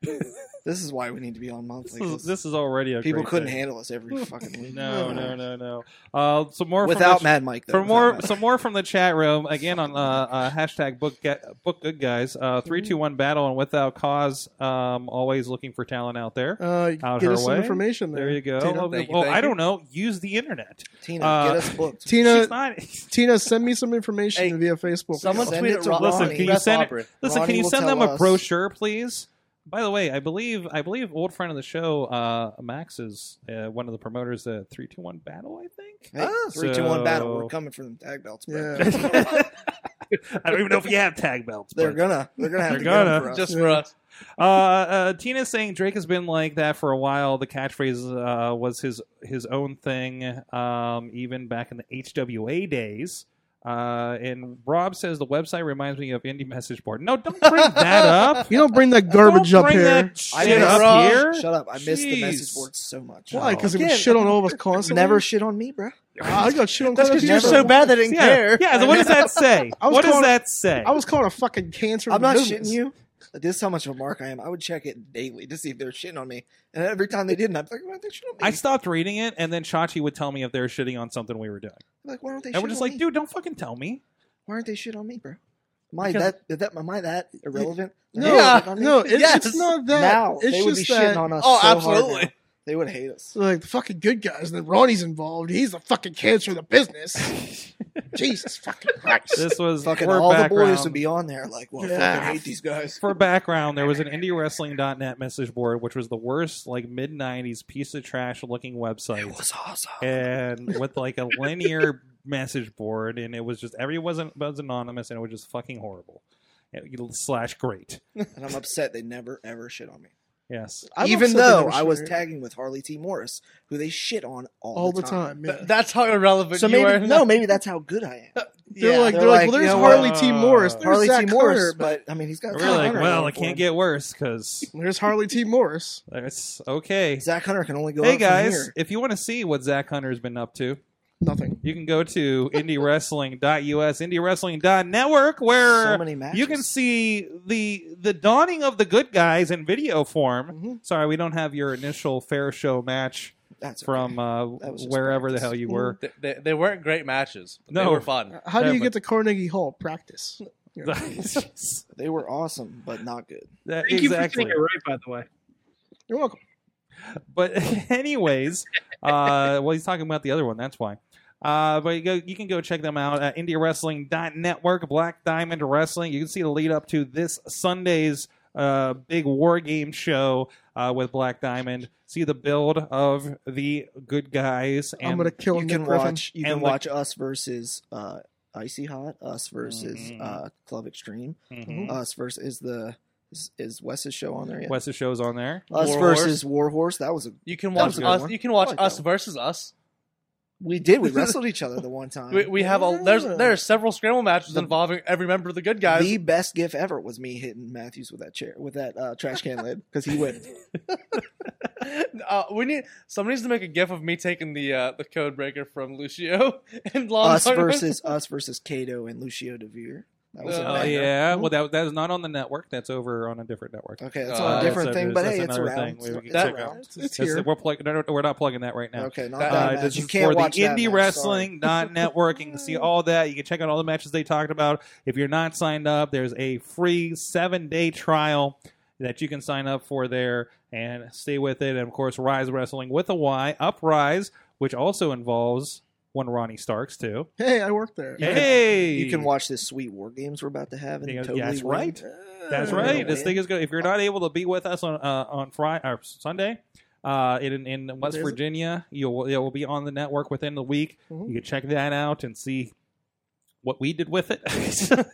F: This is why we need to be on
B: this,
F: monthly.
B: is,
F: 'cause
B: this is already a
F: people
B: great
F: couldn't
B: thing.
F: handle us every fucking week.
B: No, no, no, no. Uh, some more
F: Without
B: from the,
F: Mad Mike, though.
B: For
F: without
B: more,
F: Mad
B: some more from the chat room again on uh, uh, hashtag book get, book good guys.
F: Mm-hmm.
B: Uh, three two one battle and without cause. Um, always looking for talent out there.
C: Uh,
B: Out
C: get
B: her
C: us some
B: way.
C: information there.
B: There you go.
C: Tina,
B: oh,
E: thank you,
B: well,
E: thank
B: I
E: you.
B: don't know. Use the internet.
F: Mike. Tina,
B: uh,
F: get us booked.
C: Tina,
B: She's not.
C: Tina, send me some information
E: Hey,
C: via Facebook.
E: Someone
F: Send
E: tweet
F: it
E: at
F: to
E: Ron.
F: Listen,
B: can you send it- Listen,
F: Ronnie
B: can you
F: will
B: send
F: tell
B: them a
F: us.
B: brochure, please? By the way, I believe I believe old friend of the show, uh, Max is uh, one of the promoters of three two one battle. I think.
F: Hey,
B: Ah,
F: three, two, one, battle.
B: so-
F: We're coming for them tag belts, bro.
C: Yeah.
B: I don't even know if you have tag belts.
F: They're
B: but-
F: gonna, they're gonna have
B: They're
F: to get 'em
B: gonna.
F: for us.
E: Just for us.
B: uh, uh, Tina's saying Drake has been like that for a while. The catchphrase uh, was his his own thing, um, even back in the HWA days. Uh, and Rob says the website reminds me of indie message board. No, don't bring that up.
C: You don't bring that garbage
B: don't
C: up
B: bring
C: here.
B: That
F: I
B: shit
F: missed-
B: up here.
F: Shut up! I missed the
B: Jeez.
F: message board so much. Oh.
C: Why? Because it
F: Again,
C: was shit on all of us constantly.
F: Never shit on me, bro.
C: I got shit on.
F: That's
C: Clinton.
F: because you're
C: Never.
F: so bad they didn't
B: yeah.
F: care.
B: Yeah. So what does that say?
C: I was
B: what does
C: calling-
B: that say?
C: I was calling a fucking cancer.
F: I'm
C: to
F: not
C: business.
F: shitting you. This is how much of a mark I am. I would check it daily to see if they were shitting on me, and every time they didn't, I'm like, why don't they shit on me?
B: I stopped reading it, and then Chachi would tell me if they were shitting on something we were doing.
F: I'm like, why don't they?
B: And
F: shit
B: we're just
F: on
B: like,
F: me?
B: dude, don't fucking tell me.
F: why aren't they shit on me, bro? Am I
B: Because-
F: that, is that am I that irrelevant?
C: No,
F: They're shitting on me?
C: no, it's,
E: Yes.
C: it's not that.
F: now
C: it's
F: they
C: just
F: would be
C: that,
F: shitting on us.
E: Oh,
F: so hard
E: absolutely.
F: now. they would hate us.
C: So like the fucking good guys, and then Ronnie's involved. He's the fucking cancer of the business. Jesus fucking Christ.
B: This was
F: Fucking
B: for
F: all the boys
B: background-
F: would be on there like, well,
C: Yeah.
F: fucking hate these guys.
B: for background, there was an IndieWrestling.net message board, which was the worst, like mid '90s piece of trash looking
F: It
B: website,
F: was awesome.
B: and with like a linear message board, and it was just everyone wasn't was anonymous, and it was just fucking horrible It- slash great.
F: And I'm upset they never ever shit on me.
B: Yes,
C: I'm
F: Even
C: upset they
F: though
C: never
F: I was
C: shit.
F: tagging with Harley T. Morris, who they shit on all,
C: all the time. yeah.
E: Th- that's how irrelevant
F: So
E: you
F: maybe
E: are.
F: no, maybe that's how good I am.
C: They're like,
F: they're
C: they're like,
F: like, uh,
C: well, there's
F: you know
C: Harley
B: what?
C: T. Morris. There's
F: Harley
C: Zach
F: T. Morris,
C: Connor,
F: but I mean, he's got.
B: we're
F: Zach
B: like,
F: Hunter
B: well,
F: going
B: it
F: for him.
B: can't get worse because
C: there's Harley T. Morris.
B: it's okay.
F: Zach Hunter can only go.
B: Hey
F: up from
B: guys,
F: here.
B: if you want to see what Zach Hunter's been up to,
C: Nothing.
B: you can go to indiewrestling.us, indiewrestling.network, where
F: so many matches.
B: you can see the the dawning of the good guys in video form.
F: Mm-hmm.
C: Mhm.
B: Sorry, we don't have your initial fair show match
F: That's okay.
B: from uh,
F: That was just
B: wherever the
F: practice.
B: hell you were.
E: They, they, they weren't great matches. But They
B: No.
E: were fun.
C: How do
B: Yeah,
C: you
B: but-
C: get to Carnegie Hall practice?
B: That-
F: they were awesome, but not good.
D: Thank
B: exactly.
D: you for saying it right, by the way.
C: You're welcome.
B: But anyways, uh, well, he's talking about the other one. That's why. Uh, but you, go, you can go check them out at IndieWrestling.network, Black Diamond Wrestling. You can see the lead up to this Sunday's uh, big war game show uh, with Black Diamond. See the build of the good guys. And
C: I'm gonna kill
F: you
C: Nick
F: can
C: Griffin.
F: watch. You
B: And
F: can
B: like-
F: watch us versus uh, Icy Hot, us versus
B: Mhm.
F: uh, Club Extreme,
B: Mhm.
F: us versus is the is, is Wes's show on there yet?
B: Wes's show's on there.
F: us
E: Warhorse.
F: versus Warhorse. That was a
E: You can
F: That
E: watch
F: was a good
E: us.
F: one.
E: You can watch
F: I like
E: us
F: that
E: versus us.
F: we did. We wrestled each other the one time.
E: We, we have a there's there are several scramble matches
F: The-
E: involving every member of the good guys.
F: The best gif ever was me hitting Matthews with that chair, with that uh, trash can lid, because he went.
E: uh, we need somebody needs to make a gif of me taking the uh, the code breaker from Lucio and Long
B: Oh,
F: us versus us versus Cato and Lucio Devere. That was a
E: Oh,
B: Oh,
E: yeah.
F: banger.
B: yeah. Well, that, that is not on the network. That's over on a different network.
F: Okay, that's
E: Uh,
F: a different
B: Oh, that's a-
F: thing, but
B: that's
F: hey, it's
B: another
F: around.
B: thing we
F: It's-
B: can
F: it's
B: check
F: around.
B: out.
C: It's, it's
B: That's-
C: here.
B: we're, plug, no, no, no, we're not plugging that right now.
F: Okay, not
E: Uh,
F: that,
B: Uh,
F: match.
B: this
F: You
B: is
F: can't
B: for the
F: watch that match,
B: indie
F: sorry.
B: wrestling dot network. You can see all that. You can check out all the matches they talked about. If you're not signed up, there's a free seven day trial that you can sign up for there and stay with it. And of course, Rise Wrestling with a Y, Uprise, which also involves one Ronnie Starks too.
C: Hey, I work there.
B: hey,
F: You can watch this sweet war games we're about to have. And
B: Yeah,
F: totally
B: that's
F: win.
B: right. That's
F: Uh,
B: right. This
F: win.
B: thing is good. If you're not able to be with us on uh, on Friday or Sunday. Uh, in in West
C: There's-
B: Virginia, you'll it will be on the network within the week.
C: Mhm.
B: You can check that out and see what we did with it,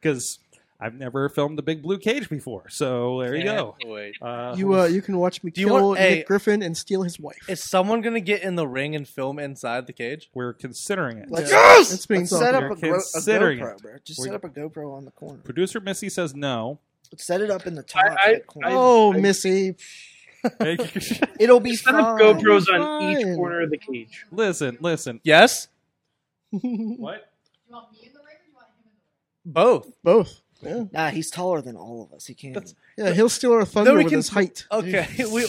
B: because I've never filmed the Big Blue Cage before. So there you go.
E: Wait.
B: Uh,
C: You uh, you can watch me
E: Do you
C: kill
E: want-
C: Nick
E: hey.
C: Griffin and steal his wife.
E: Is someone gonna get in the ring and film inside the cage?
B: we're considering it.
F: Let's,
C: Yes! It's being
F: Let's set
C: thought
F: up a,
B: through.
F: gro- a
B: Considering
F: GoPro,
B: it.
F: bro. Just
B: We-
F: set up a GoPro on the corner.
B: Producer Missy says no.
F: Set it up in the top.
D: I-
F: right corner.
C: Oh, Missy.
F: It'll be
D: Set
F: fine.
D: up GoPros on
C: Fine.
D: each corner of the cage.
B: listen, listen.
E: Yes,
B: What?
E: both.
C: Both. Yeah.
F: Nah, he's taller than all of us. He can't.
E: That's-
C: yeah, he'll steal our thunder
E: we
C: with
E: can-
C: his height.
E: Okay, we.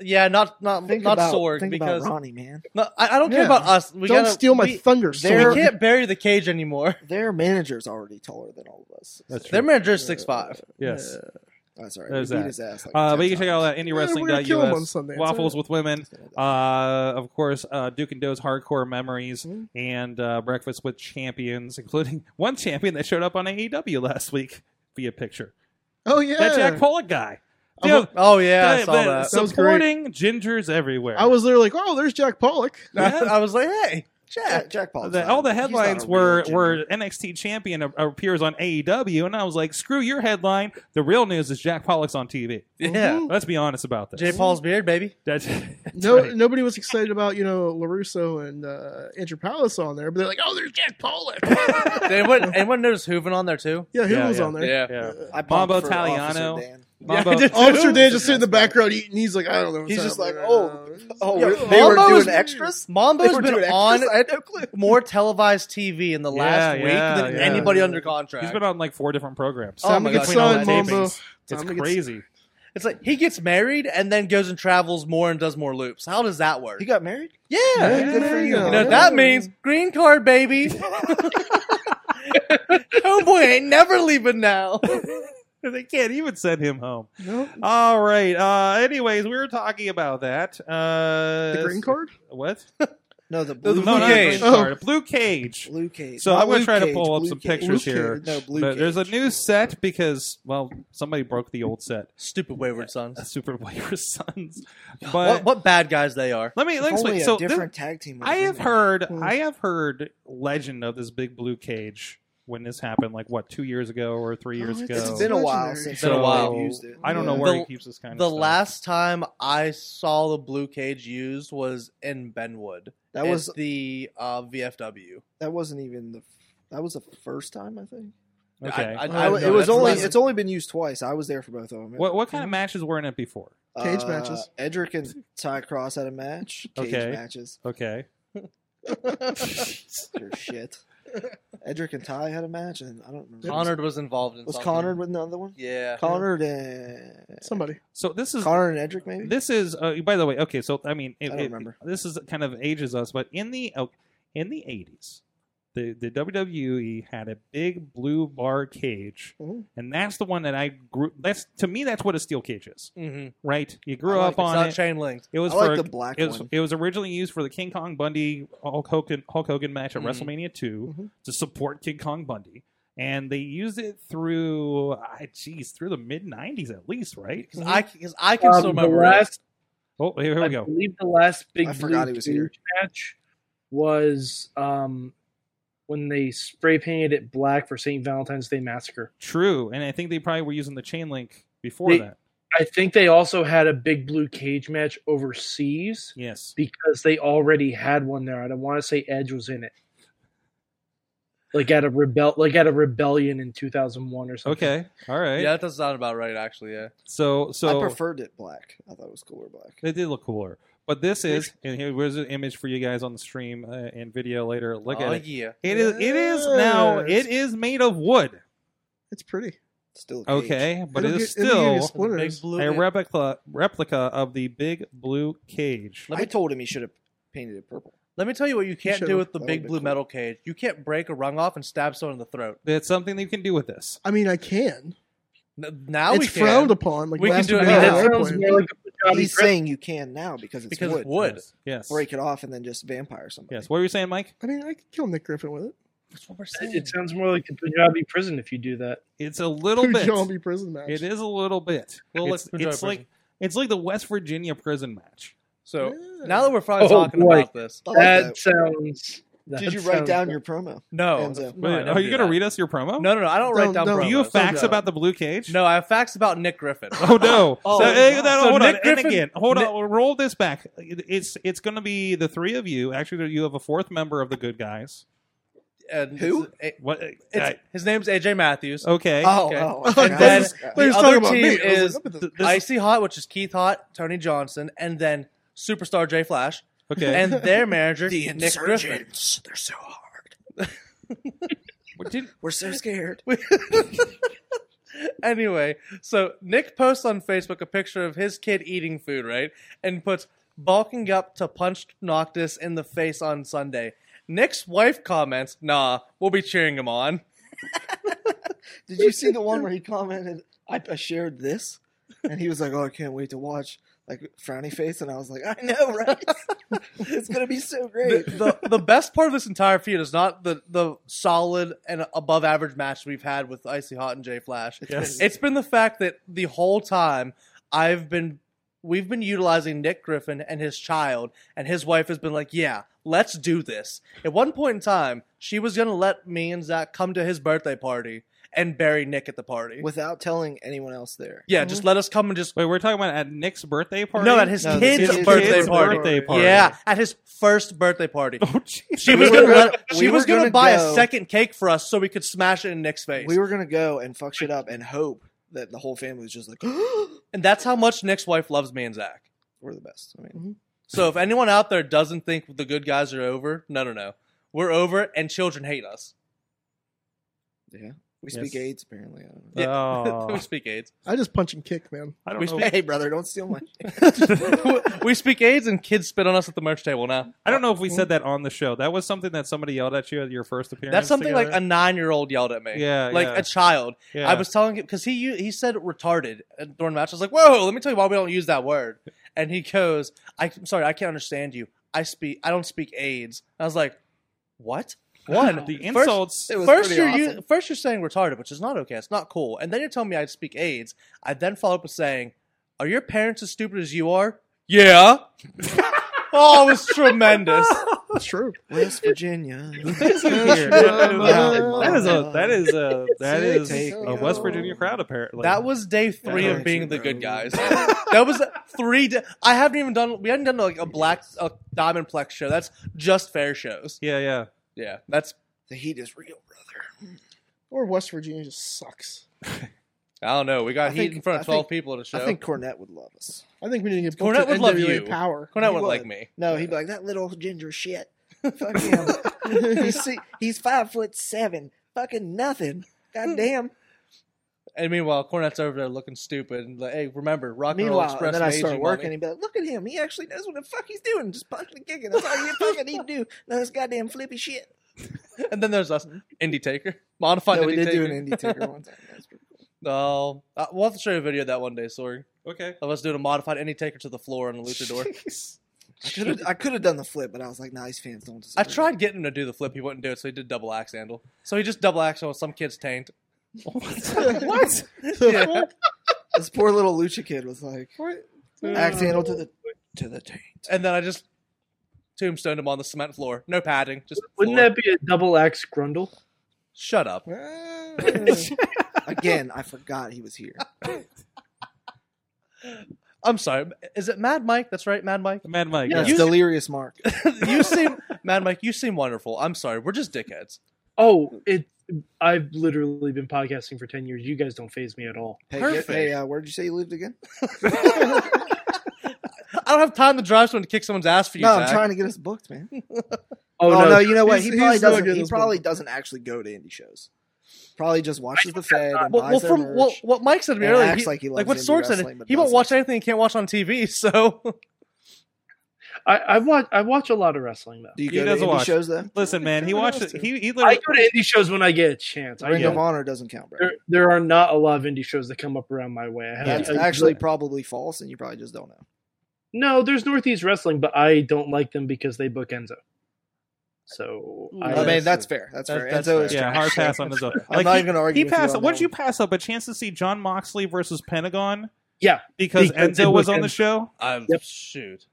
E: Yeah, not not
F: think
E: not
F: about,
E: Sorg
F: think
E: because
F: about Ronnie, man.
E: no, I, I don't care
C: Yeah.
E: about us. We
C: Don't
E: gotta-
C: steal my
E: we-
C: thunder,
E: we
F: They're-
C: sword.
E: can't bury the cage anymore.
F: Their manager's already taller than all of us. Uh,
B: That's
E: Their
B: true.
E: manager's six five.
B: Yes.
F: Oh, sorry,
B: There's
F: we beat
B: that.
F: his ass. Like
B: Uh,
F: 10
B: but you can check out
F: times.
B: that
C: we're gonna kill him on
B: indiewrestling.us.
C: Sunday. It's
B: Waffles
C: all
B: with women. Uh, of course, uh, Duke and Doe's Hardcore Memories
C: Mhm.
B: and uh, Breakfast with Champions, including one champion that showed up on AEW last week via picture.
C: Oh yeah.
B: That Jack Pollock guy.
C: I'm
B: Dude,
E: Oh yeah, I
B: that-
E: saw
B: that-
E: that.
C: That was
B: supporting gingers everywhere.
C: I was literally like, oh, there's Jack Pollock.
E: I was like, hey,
F: Jack, Jack Paul's
B: The-
F: not-
B: all the
F: he's not a
B: headlines
F: real
B: were
F: ginger.
B: were NXT champion a- appears on AEW, and I was like, "Screw your headline." The real news is Jack Pollock's on TV.
E: yeah,
C: Mhm.
B: Let's be honest about this.
E: J. Paul's beard, baby.
B: That's,
C: No,
B: right.
C: nobody was excited about you know Larusso and uh, Andrew Palace on there, but they're like, oh, there's Jack Pollock.
E: Did anyone, anyone notice Hooven on there too?
C: yeah, who
B: Yeah,
C: was
B: yeah,
C: on there?
E: Yeah.
B: yeah.
F: I
B: Mambo
F: bumped for Officer
B: Italiano.
F: Dan.
E: Yeah,
B: Mambo-
E: I did.
C: Officer Dan just sitting in the background eating. He's like, I don't know. What's
F: He's just like,
C: happening right
F: oh,
C: now."
F: oh,
E: Yo,
F: they were
E: Mambo's-
F: doing extras. They
E: Mambo's
F: were
E: been
F: doing
E: on
F: extras. I had no clue.
E: more televised TV in the
B: Yeah,
E: last
B: yeah,
E: week than
B: yeah.
E: anybody under contract.
B: He's been on like four different programs.
E: Oh
C: Time
E: my
C: to get
E: God,
B: between all
C: sun,
B: the
C: Mambo.
B: tapings. It's
C: Time to get-
B: crazy.
E: it's like he gets married and then goes and travels more and does more loops. How does that work?
F: He got married.
E: yeah.
C: Yeah,
F: good
C: there
F: for
C: you
F: you.
C: go.
E: You know, that means green card, baby. Homeboy ain't never leaving now.
B: they can't even send him home.
C: No,
B: All right. Uh, anyways, we were talking about that. Uh,
C: the green card.
B: What?
F: No, the
E: the
F: blue, Oh.
B: no, not a green
E: Cage.
B: card. A Blue cage.
F: Blue cage.
B: So
F: Not
B: I'm gonna
F: Luke
B: try to
F: Cage,
B: pull up
F: Blue
B: some
F: Cage.
B: pictures
F: Blue
B: here.
F: Cage. No, blue
B: There-
F: cage.
B: There's a new set because well, somebody broke the old set.
E: Stupid wayward sons.
B: Super Warrior Sons. But
E: What, what bad guys they are.
B: let me
F: If
B: let me
F: only
B: explain.
F: a
B: So this-
F: different Hmm. tag team. would've
B: I
F: been
B: have
F: there.
B: heard
C: Mm.
B: I have heard legend of this big blue cage when this happened, like what two years ago or three years
C: Oh,
B: ago.
F: It's been a while
C: Legendary.
F: since
B: Been a
F: they've
B: while.
F: used it.
B: I don't know
F: Yeah.
B: where
E: The-
B: he keeps this kind
E: The
B: of stuff.
E: last time I saw the blue cage used was in Benwood.
F: That was
E: the uh, VFW.
F: that wasn't even the that was the first time I think.
B: okay.
E: I- I-
F: I-
E: no,
F: it was
E: that's
F: only
E: less-
F: it's only been used twice. I was there for both of them. Uh,
B: what what kind of matches were in it before?
C: Cage matches.
F: Edric and Ty Cross had a match. Cage
B: Okay.
F: matches.
B: Okay.
F: Your shit. Edric and Ty had a match, and I don't remember.
E: Conard was involved in
F: was
E: something.
F: Connor with another one.
E: Yeah.
F: Connor and
C: Somebody.
B: So this is
F: Connor and Edric maybe.
B: this is uh, by the way, okay, so I mean it,
F: I don't
B: it-
F: remember.
B: this is kind of ages us, but in the oh, in the eighties the, the WWE had a big blue bar cage,
F: Mhm.
B: and that's the one that I grew. That's to me, that's what a steel cage is,
E: hmm
B: right? You grew
F: I like
B: up on
E: it's
B: it.
E: not chain linked.
B: It was
F: I like
B: for
F: the black
B: it was,
F: one.
B: it was originally used for the King Kong Bundy Hulk Hogan, Hulk Hogan match at
E: Mhm.
C: Mm-hmm.
B: WrestleMania 2
F: Mhm.
B: to support King Kong Bundy, and they used it through, ah, geez, through the mid '90s at least, right?
E: Because I, 'cause I can still
D: Um, the
E: remember. it.
D: last,
B: Oh, here, here
D: I
B: we go.
D: believe the last big
F: I forgot
D: blue
F: he was here.
D: cage match was um, when they spray painted it black for St. Valentine's Day Massacre.
B: True, and I think they probably were using the chain link before
D: They-
B: that.
D: I think they also had a big blue cage match overseas
B: Yes,
D: because they already had one there. I don't want to say Edge was in it. Like at a rebel like at a rebellion in two thousand one or something.
B: okay, all right.
E: Yeah, that does sound about right, actually. Yeah.
B: So, so
F: I preferred it black. I thought it was cooler black.
B: It did look cooler. But this is, and here, here's an image for you guys on the stream uh, and video later. Look
E: oh,
B: at it.
E: yeah.
B: It is. It is now. It
C: Yes.
B: is made of wood.
C: It's pretty.
F: Still a cage.
B: Okay, but
C: It'll
B: it is
C: get- it'll give you
B: still
C: splinters.
E: Big blue.
B: a replica replica of the big blue cage.
F: I told him he should have painted it purple.
E: Let me tell you what you can't do
C: should've-
E: with the
F: that
E: big
F: would've
E: blue
F: been cool.
E: metal cage. You can't break a rung off and stab someone in the throat.
B: That's something that you can do with this.
C: I mean, I can.
E: N- Now
C: it's
E: we can,
C: frowned upon. Like
E: We can
C: last
E: do it
C: week
E: now.
C: on
D: that
C: the
D: sounds
C: airplane.
D: more like a Punjabi
F: He's
D: prison.
F: saying you can now because it's
E: because
F: wood.
E: it's wood.
B: Yes.
F: Break it off and then just vampire somebody.
B: Yes. What were you saying, Mike?
C: I mean, I could kill Nick Griffin with it.
E: That's what we're
D: It-
E: saying.
D: It sounds more like a Punjabi prison if you do that.
B: It's a little
C: Two
B: bit.
C: zombie prison match.
B: It is a little bit.
E: Little
B: it's
E: Lexington Drive
B: it's like
E: prison.
B: it's like the West Virginia prison match.
E: so.
C: Yeah.
E: Now that we're finally
D: Oh,
E: talking
D: boy.
E: about this,
F: I like
D: that,
F: that.
D: sounds. that
F: Did you write
D: sounds-
F: down your promo? uh,
E: no,
F: Enzo.
E: no I
B: Wait,
E: never
B: are
E: do
B: you gonna
E: that.
B: read us your promo?
E: No, no, no. I don't write
C: Don't-
E: down.
C: don't.
B: Do
E: promos.
B: you have facts
E: No.
B: about the blue cage?
E: No, I have facts about Nick Griffin.
B: Oh no!
F: Oh,
B: so,
F: my
B: eh,
F: God.
B: no,
E: So
B: hold on.
E: Nick
B: and
E: Griffin-
B: again, hold
E: Nick-
B: on. Roll this back. It- It's it's going to be the three of you. Actually, you have a fourth member of the good guys.
E: And
F: Who?
E: it's- it-
B: What?
E: it's- his name's AJ Matthews.
B: I- okay.
F: Oh,
E: Okay.
F: oh,
C: And
F: I
E: then-
F: forgot.
C: They're just
E: The
C: talking
E: other
C: about me.
E: team
C: I was like,
E: is-
C: look at this.
B: Th- this-
E: Icy Hot, which is Keith Hot, Tony Johnson, and then superstar Jay Flash,
B: okay.
E: and their manager Nick Griffin.
F: They're so hard.
B: What did-
F: We're so scared.
E: anyway, so Nick posts on Facebook a picture of his kid eating food, right? And puts balking up to punch Noctis in the face on Sunday. Nick's wife comments, nah, we'll be cheering him on.
F: Did you see the one where he commented, I, I shared this? And he was like, oh, I can't wait to watch. Like, frowny face. And I was like, I know, right? it's going to be so great.
E: the, the best part of this entire feud is not the, the solid and above average match we've had with Icy Hot and Jay Flash.
B: Yes.
E: It's been the fact that the whole time I've been we've been utilizing Nick Griffin and his child and his wife has been like, "Yeah, let's do this." At one point in time, she was going to let me and Zach come to his birthday party and bury Nick at the party.
F: Without telling anyone else there.
E: yeah, just let us come and just
B: wait, we're talking about at Nick's birthday party.
E: No, at his
F: No, the
E: kids'
F: kid's
E: birthday
F: kid's
E: party.
B: birthday party.
E: Yeah, at his first birthday party.
B: Oh, jeez.
E: She was
F: We were
E: gonna let,
F: gonna-
E: she
F: we
E: was
F: were
E: gonna,
F: gonna
E: buy a
F: go-
E: second cake for us so we could smash it in Nick's face.
F: We were going to go and fuck shit up and hope that the whole family was just like,
E: and that's how much Nick's wife loves me and Zach.
F: we're the best. I mean,
E: So if anyone out there doesn't think the good guys are over, no, no, no, we're over it, and children hate us.
F: we
B: Yes.
F: speak AIDS, apparently. I don't know.
E: Yeah. we
B: Oh,
E: speak AIDS.
C: I just punch and kick, man.
B: I don't
E: we
B: know.
E: speak-
F: Hey, brother, don't steal my.
E: we speak AIDS, and kids spit on us at the merch table now.
B: I don't know if we said that on the show. That was something that somebody yelled at you at your first appearance.
E: That's something like a
B: together.
E: nine-year-old yelled at me.
B: yeah,
E: Like
B: yeah,
E: a child,
B: yeah.
E: I was telling him because he u- he said retarded uh, during the match. I was like, "Whoa, let me tell you why we don't use that word." And he goes, I, "I'm sorry, I can't understand you. I speak I don't speak AIDS. I was like, what? One,
B: the
E: first-
B: insults.
F: It was
E: First,
F: pretty
E: you're
F: awesome.
E: u- first you're saying retarded, which is not okay. It's not cool. And then you're telling me I speak AIDS. I then follow up with saying, "Are your parents as stupid as you are?" Yeah. oh, it was tremendous.
C: That's true.
F: West Virginia.
B: Here. that is a that is a that
F: Take
B: is
F: me
B: a West
F: home.
B: Virginia crowd apparently.
E: That was day three
F: Yeah,
E: of being the
F: bro.
E: good guys. that was three. Da- I haven't even done. We haven't done like a black a diamond plex show. That's just fair shows.
B: yeah, yeah.
E: Yeah, that's.
F: the heat is real, brother.
C: Or West Virginia just sucks.
E: I don't know. We got
F: I
E: heat
F: think-
E: in front
F: I
E: of twelve
F: think-
E: people at a show.
F: I think Cornette would love us.
C: I think we need to get booked
E: Cornette
C: at
E: would love
C: NWA
E: you.
C: Power.
E: Cornette
F: he
E: would
F: would.
E: like me.
F: No, he'd be like that little ginger shit. Fuck him. he's, si- he's five foot seven. Fucking nothing. Goddamn.
E: And meanwhile, Cornette's over there looking stupid and like, hey, remember, rock and roll
F: Meanwhile,
E: express.
F: and then I
E: made
F: start
E: you
F: working.
E: money.
F: He'd be like, "Look at him! He actually knows what the fuck he's doing. Just punching and kicking. That's all you fucking need to do. None of this goddamn flippy shit."
E: And then there's us, Indie Taker, modified
F: No,
E: Indie
F: Mm-hmm. we did
E: Taker.
F: do an indie taker one time. That's pretty cool.
E: No, uh, we'll have to show you a video of that one day, Sorg,
B: Okay.
E: of us doing a modified Indie Taker to the floor on a luchador.
F: I could have I could have done the flip, but I was like, "Nah, these fans don't." Deserve
E: I
F: it."
E: tried getting him to do the flip, he wouldn't do it, so he did double axe handle. So he just double axe handle some kid's taint.
C: what?
E: Yeah.
F: This poor little lucha kid was like,
C: What?
F: "Axe handle to the to the taint."
E: And then I just tombstoned him on the cement floor. No padding, just
D: Wouldn't
E: floor.
D: that be a double axe grundle?
E: Shut up.
F: Again, I forgot he was here.
E: I'm sorry. Is it Mad Mike? That's right, Mad Mike.
B: Mad Mike.
E: Yeah.
F: That's
E: You-
F: delirious, Mark.
E: you seem Mad Mike. You seem wonderful. I'm sorry. We're just dickheads.
D: Oh, it. I've literally been podcasting for ten years. You guys don't phase me at all.
F: Hey,
E: Perfect.
F: hey, uh, where'd you say you lived again?
E: I don't have time to drive someone to kick someone's ass for you.
F: no,
E: Zach.
F: I'm trying to get us booked, man.
D: Oh,
F: Oh,
D: no,
F: no, you know what?
C: He's-
F: He
C: he's
F: probably
C: so
F: doesn't.
C: good
F: He
C: as
F: probably doesn't actually go to indie shows. Probably just watches the Fed and
E: Well,
F: buys
E: well,
F: their
E: from
F: merch.
E: well, what Mike said to me
F: and
E: earlier,
F: acts
E: he-
F: like
E: like,
F: he loves
E: what
F: indie
E: Sorg
F: wrestling,
E: said,
F: but
E: he won't
F: doesn't.
E: watch anything he can't watch on TV. So
D: I, I watch. I watch a lot of wrestling though.
F: Do you
B: He
F: go to
B: doesn't
F: indie
B: watch.
F: shows though?
B: Listen, man, he
F: Everyone
B: watched
F: else
B: it.
F: did.
B: He, he
D: I
B: literally,
D: go to indie shows when I get a chance. I,
F: Ring
B: get
F: of
B: it.
F: Honor doesn't count, bro.
D: there, there are not a lot of indie shows that come up around my way. I have
F: That's
D: I-
F: actually probably false, and you probably just don't know.
D: no. There's Northeast Wrestling, but I don't like them because they book Enzo. So I,
F: Hmm, I
E: that's
F: mean, that's fair. That's
E: That-
F: fair.
E: that's
F: Enzo
E: fair.
F: is
B: yeah,
F: trash.
B: hard pass on his own.
F: I'm not
B: he,
F: even gonna argue
B: He
F: with you
B: passed.
F: on that
B: what did you
F: one.
B: pass up? A chance to see John Moxley versus Pentagon
D: yeah,
B: because
D: Because they
B: Enzo was
D: booked
B: on the
D: him.
B: show.
E: I'm
D: Yep.
E: shoot.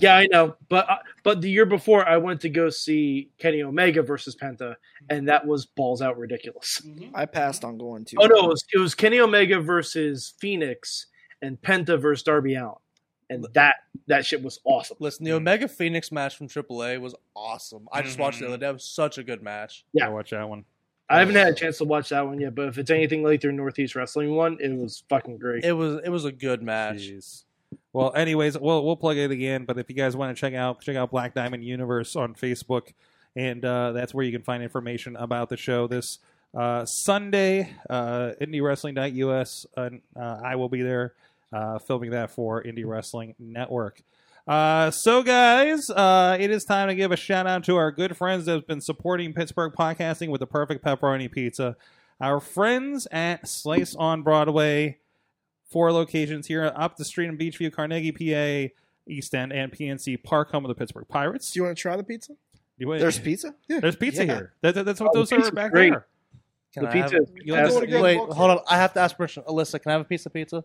D: yeah, I know. But uh, but the year before, I went to go see Kenny Omega versus Penta, and that was balls out ridiculous.
F: I passed on going to.
D: Oh no, it was, it was Kenny Omega versus Phoenix and Penta versus Darby Allen, and that that shit was awesome.
E: Listen, the Omega Phoenix match from AAA was awesome. I just
B: Mm-hmm.
E: watched it the other day. It was such a good match.
D: Yeah.
B: I watch that one.
D: I haven't had a chance to watch that one yet, but if it's anything like their Northeast Wrestling one, it was fucking great.
E: It was it was a good match.
B: Jeez. Well, anyways, we'll we'll plug it again. But if you guys want to check out check out Black Diamond Universe on Facebook, and uh, that's where you can find information about the show this uh, Sunday. Uh, IndieWrestling.us, and uh, I will be there uh, filming that for Indie Wrestling Network. Uh, so guys, uh, it is time to give a shout out to our good friends that have been supporting Pittsburgh podcasting with the perfect pepperoni pizza. Our friends at Slice on Broadway, four locations here up the street in Beachview, Carnegie, PA, East End, and PNC Park, home of the Pittsburgh Pirates.
C: Do you want to try the pizza?
B: You went-
F: There's pizza.
B: there's pizza
F: Yeah.
B: here. That, that- that's what
D: Oh,
B: those
D: the
B: are
D: pizza's
B: back
D: great.
B: there.
E: Can
D: the
E: I
D: pizza,
E: have-
B: You'll
D: has-
C: have to-
E: wait,
C: Walk
E: hold on. I have to ask permission. Alyssa, can I have a piece of pizza?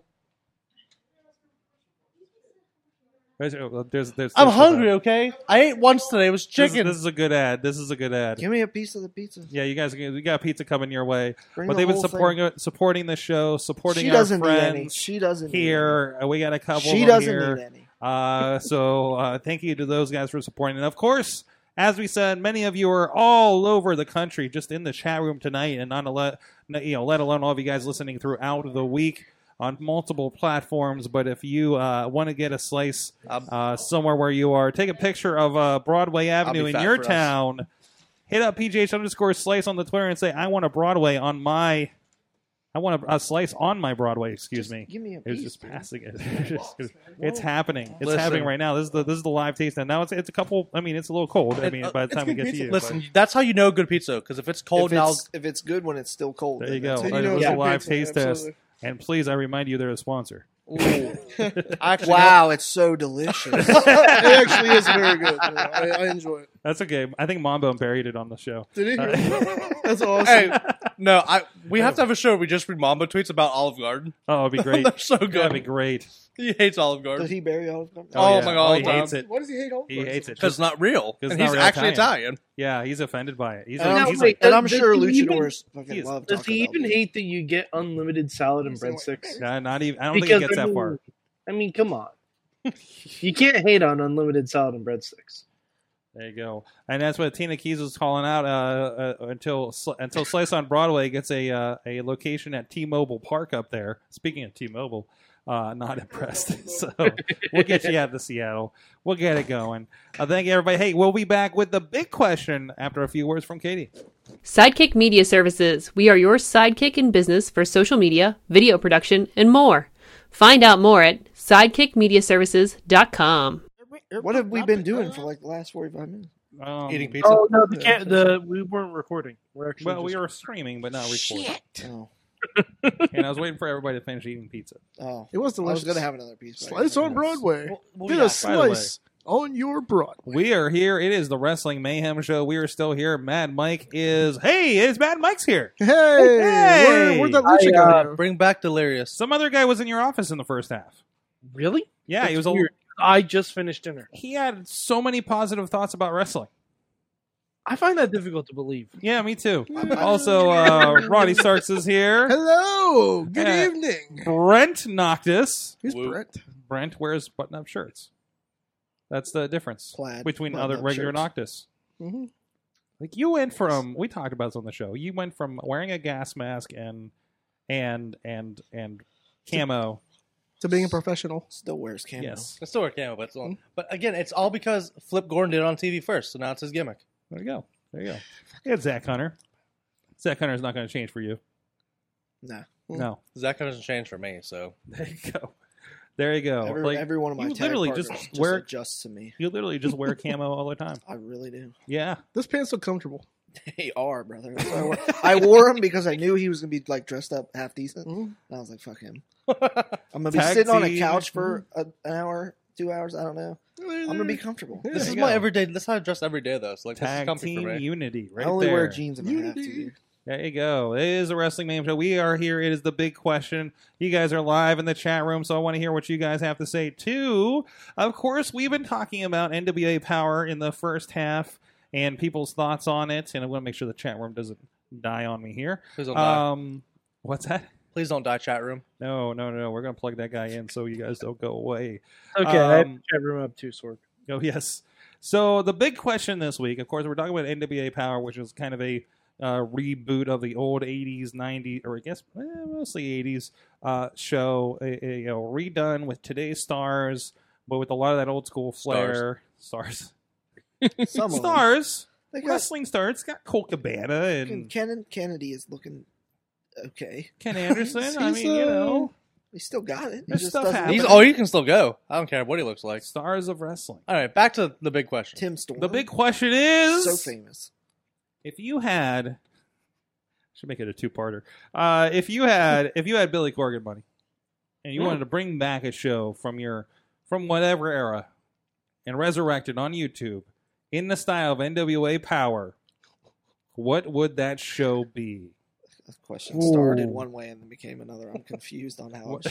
B: There's, oh, there's, there's,
E: I'm
B: there's-
E: hungry. Okay, I ate once today. It was
B: This is-
E: chicken.
B: This is a good ad. This is a good ad.
F: Give me a piece of the pizza.
B: Yeah, you guys, we got pizza coming your way.
F: Bring
B: but
F: the
B: they've been
F: whole thing.
B: supporting it, supporting the show, supporting
F: She
B: our
F: doesn't need
B: friends
F: any. She doesn't need
B: here. Uh, We got a couple.
F: She
B: of them
F: doesn't
B: here.
F: need any.
B: Uh, so uh, thank you to those guys for supporting. And of course, as we said, many of you are all over the country, just in the chat room tonight, and not a let you know, let alone all of you guys listening throughout the week on multiple platforms. But if you uh, want to get a slice
E: Um,
B: uh, somewhere where you are, take a picture of uh, Broadway Avenue in
E: fat
B: your
E: for us.
B: town. Hit up PJH underscore slice on the Twitter and say, "I want a Broadway on my." I want a, a slice on my Broadway. Excuse me.
F: Give me a
B: It was
F: piece.
B: just
F: dude.
B: passing it. It's- it's happening. It's
E: Listen.
B: happening right now. This is the this is the live taste. And now it's it's a couple. I mean, it's a little cold. I
E: It-
B: mean,
E: uh,
B: by the time we get to you,
E: Listen, that's how you know good pizza because if it's cold
F: If
E: now,
F: it's, if it's good when it's still cold.
B: There you
F: then
B: go.
F: that's
B: It
F: it.
B: Oh, was a
C: it's good
B: live
C: pizza,
B: taste test.
C: absolutely.
B: And please, I remind you, they're a sponsor.
E: Ooh. I actually
F: Wow, it's so delicious.
C: it actually is very good. you know, I, I enjoy it.
B: That's okay. I think Mambo buried it on the show.
C: Did he?
B: Uh,
C: That's awesome.
E: Hey, no, I we have to have a show. Where we just read Mamba tweets about Olive Garden.
B: Oh, it'd be great.
E: They're so
B: That'd be
E: good.
B: great.
E: He hates Olive
F: Did
E: Garden
F: he bury all of them?
E: Oh, my God,
B: he
E: Tom.
B: hates it.
C: Why does he hate all
B: He hates it.
E: because it's not real,
B: 'Cause
E: and
B: it's
E: he's
B: not real
E: actually Italian.
B: Yeah, he's offended by it. He's,
F: And
B: a,
F: I'm,
B: he's
D: wait,
B: a,
F: and I'm
D: does-
F: sure
D: does he even-
F: luchadors fucking
B: he's-
F: love
D: Does
F: talking
D: he
F: about
D: even
F: me.
D: hate that you get unlimited salad and breadsticks?
B: nah, not even. I don't think he gets that far.
D: I mean, come on. You can't hate on unlimited salad and breadsticks.
B: There you go. And that's what Tina Keys was calling out uh, uh, until Sl- until Slice on Broadway gets a uh, a location at T-Mobile Park up there. Speaking of T-Mobile, uh, not impressed. so we'll get you out to Seattle. We'll get it going. Uh, thank you, everybody. Hey, we'll be back with the big question after a few words from Katie.
G: Sidekick Media Services. We are your sidekick in business for social media, video production, and more. Find out more at sidekickmediaservices.com.
F: What have we been doing for like the last 45 minutes?
B: Um,
E: Eating pizza.
D: Oh no, the, ca- the we weren't recording. We're actually
B: Well,
D: just-
B: we were streaming, but not recording.
F: Oh.
B: and I was waiting for everybody to finish eating pizza.
F: Oh. I
C: It was
F: was
C: delicious.
F: going to have another piece. but I
C: slice
F: didn't.
C: on Broadway.
E: We'll- we'll be
C: Get a
E: back.
B: by the way.
C: slice on your Broadway.
B: We are here. It is the Wrestling Mayhem Show. We are still here. Mad Mike is. Hey, it's Mad Mike's here.
C: Hey, where, where'd that lucha
D: I,
C: go?
D: uh,
E: Bring back Delirious.
B: Some other guy was in your office in the first half.
D: really.
B: Yeah,
D: That's
B: he was. A,
D: weird. I just finished dinner.
B: he had so many positive thoughts about wrestling.
D: I find that difficult to believe.
B: Yeah, me too. also, uh, Roddy Starks is here.
C: Hello. Good
B: Yeah.
C: evening.
B: Brent Noctis.
C: Who's
E: Woo.
C: Brent?
B: Brent wears button-up shirts. That's the difference
F: Plaid
B: between
F: button-up
B: other regular
F: shirts.
B: Noctis.
C: hmm
B: Like you went from we talked about this on the show. You went from wearing a gas mask and and and and camo
C: To being a professional.
F: Still wears camo.
B: Yes.
E: I still wear camo, but it's on. But again, it's all because Flip Gordon did it on TV first, so now it's his gimmick.
B: There you go. There you go. Yeah, Zach Hunter. Zach Hunter is not going to change for you.
F: Nah.
B: No.
E: Zach doesn't change for me, so
B: There you go. There you go.
F: Every,
B: Oh, like
F: every one of my
B: you
F: tag
B: literally
F: partners
B: just
F: just,
B: wear-
F: adjusts to me.
B: you literally just wear camo all the time.
F: I really do.
B: Yeah.
C: This pants look comfortable. Oh,
F: They are, brother. That's why I, wore, I wore him because I knew he was gonna be like dressed up half decent,
C: Mhm.
F: and I was like, "Fuck him." I'm gonna be
B: Mm. Tag
F: sitting on a
B: team. Mm-hmm.
F: couch for a, an hour, two hours. I don't know. I'm gonna be comfortable.
B: Yeah.
E: this
B: you
E: is
B: go.
E: my everyday. This is how I dress every day, though. So like, this is
B: Tag
E: comfy for
B: team
E: me.
B: unity. Right
F: I only
B: there.
F: wear jeans if I have to.
C: Unity.
F: dude.
B: There you go. It is a wrestling name show. We are here. It is the big question. You guys are live in the chat room, so I want to hear what you guys have to say too. Of course, we've been talking about NWA Power in the first half and people's thoughts on it, and I want to make sure the chat room doesn't die on me here.
E: Please don't die.
B: Um, what's that?
E: Please don't die, chat room.
B: No, no, no. We're gonna plug that guy in so you guys don't go away.
D: Okay, I have
B: Um,
D: to chat room up too, Sorg.
B: Oh yes. So the big question this week, of course, we're talking about NWA Power, which is kind of a uh, reboot of the old '80s, '90s, or I guess eh, mostly '80s uh, show, a, a, you know, redone with today's stars, but with a lot of that old school flair. Stars,
F: Some of them.
B: stars,
F: They got
B: wrestling stars. It's got Colt Cabana
F: fucking
B: and
F: Kenan Kennedy is looking okay.
B: Ken Anderson. I
C: He's,
B: mean, you
C: uh,
B: know,
F: He still got it. He
B: There's
F: just
B: stuff
F: doesn't look
B: happening.
E: He's
F: like
E: oh, you can still go. I don't care what he looks like.
B: stars of wrestling.
E: All right, back to the big question.
F: Tim Storm.
B: The big question is
F: so famous.
B: if you had should make it a two-parter uh, if you had if you had billy corgan money and you wanted to bring back a show from your from whatever era and resurrect it on youtube in the style of nwa power what would that show be
F: The question started one way and then became another. I'm confused on how I'm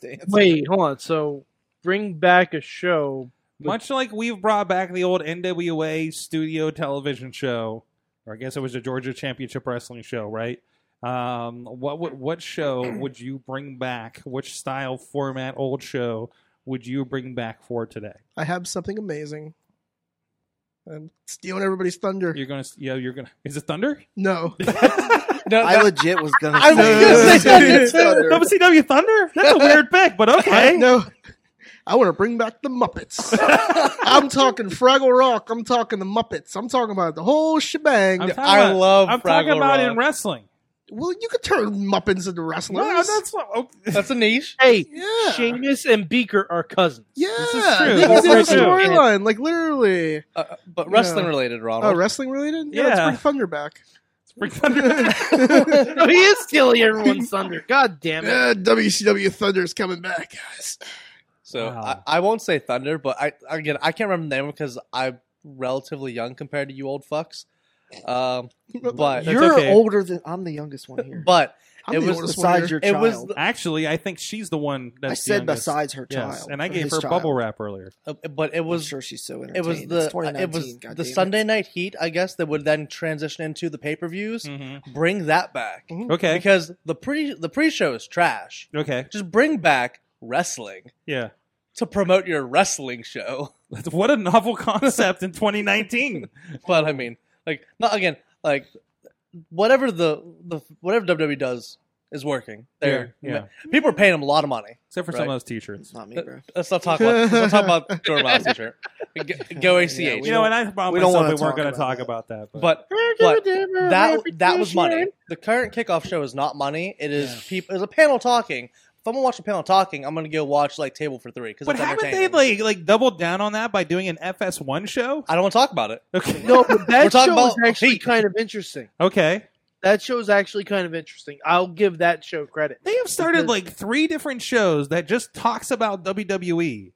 F: to answer.
D: Wait, hold on. So bring back a show.
B: much like we've brought back the old nwa studio television show or i guess it was the georgia championship wrestling show right um, what would what show would you bring back? Which style, format, old show would you bring back for today?
C: I have something amazing. I'm stealing everybody's thunder.
B: You're gonna, yeah, you're gonna. Is it Thunder?
C: No.
E: No,
F: I legit was gonna.
E: I was
C: gonna say
F: Tim Thunder.
B: WCW Thunder? That's a weird pick, but
C: I,
B: okay.
C: no. I want to bring back the Muppets. I'm talking Fraggle Rock. I'm talking the Muppets. I'm talking about the whole shebang.
B: I'm talking
E: I
B: about-
E: love
B: I'm talking
E: Fraggle
B: about
E: Rock.
B: in wrestling.
C: well, you could turn Muppets into wrestlers.
B: No, that's what- oh,
E: that's a niche.
D: Hey,
C: Yeah.
D: Sheamus and Beaker are cousins.
C: yeah,
B: This is true.
C: They
B: This
C: could do a
B: is true.
C: storyline, like literally.
E: Uh, but wrestling related,
C: Oh,
E: Ronald.
C: wrestling related? Yeah, let's
B: Yeah.
C: bring Thunder back.
B: let's Bring Thunder.
H: No, he is stealing everyone's thunder. God damn it.
C: Yeah, WCW Thunder's coming back, guys.
E: So
B: Wow.
E: I, I won't say Thunder, but I again I can't remember the name because I'm relatively young compared to you old fucks. Um, but
B: That's
F: You're
B: okay.
F: older than I'm the youngest one here.
E: but
C: I'm
E: It
C: the
E: was
C: oldest one
F: besides
C: here.
F: your
E: it
F: child.
E: was
B: Actually, I think she's the one. That's
F: I
B: the
F: said
B: youngest.
F: besides her child.
B: Yes, and I
F: or
B: gave
F: his
B: her
F: child.
B: bubble wrap earlier.
E: uh, but it
F: I'm
E: was
F: sure she's so
E: it
F: entertained.
E: was the uh,
F: It's 2019,
E: it was
F: God
E: the
F: damn it.
E: Sunday Night Heat. I guess that would then transition into the pay per views. Bring that back
B: Okay.
E: because the pre the pre show is trash.
B: Okay.
E: Just bring back wrestling
B: Yeah.
E: to promote your wrestling show.
B: What a novel concept in 2019.
E: but I mean, like, not again, like, whatever the the whatever WWE does is working. They're
B: Yeah, yeah.
E: people are paying them a lot of money.
B: Except for
E: Right.
B: some of those t-shirts.
F: It's not
E: Uh,
F: me, bro.
E: Let's not talk about let's not talk about Jordan Miles t-shirt. Go, go ACH.
F: Yeah, we
B: You know, and I promised
F: we don't
B: myself
F: wanna
B: we weren't
F: talk
B: going to
F: about
B: talk
F: that.
B: about that. But,
E: but but that that was money. The current kickoff show is not money. It is people. It's a panel talking. If I'm gonna watch a panel talking, I'm gonna go watch like Table for Three because
B: but haven't they like like doubled down on that by doing an FS1 show?
E: I don't want to talk about it.
B: Okay.
H: No, but
E: We're
H: that show
E: talking
H: is
E: about
H: actually
E: heat.
H: kind of interesting.
B: Okay.
H: That show is actually kind of interesting. I'll give that show credit.
B: They have started
H: Because-
B: like three different shows that just talks about WWE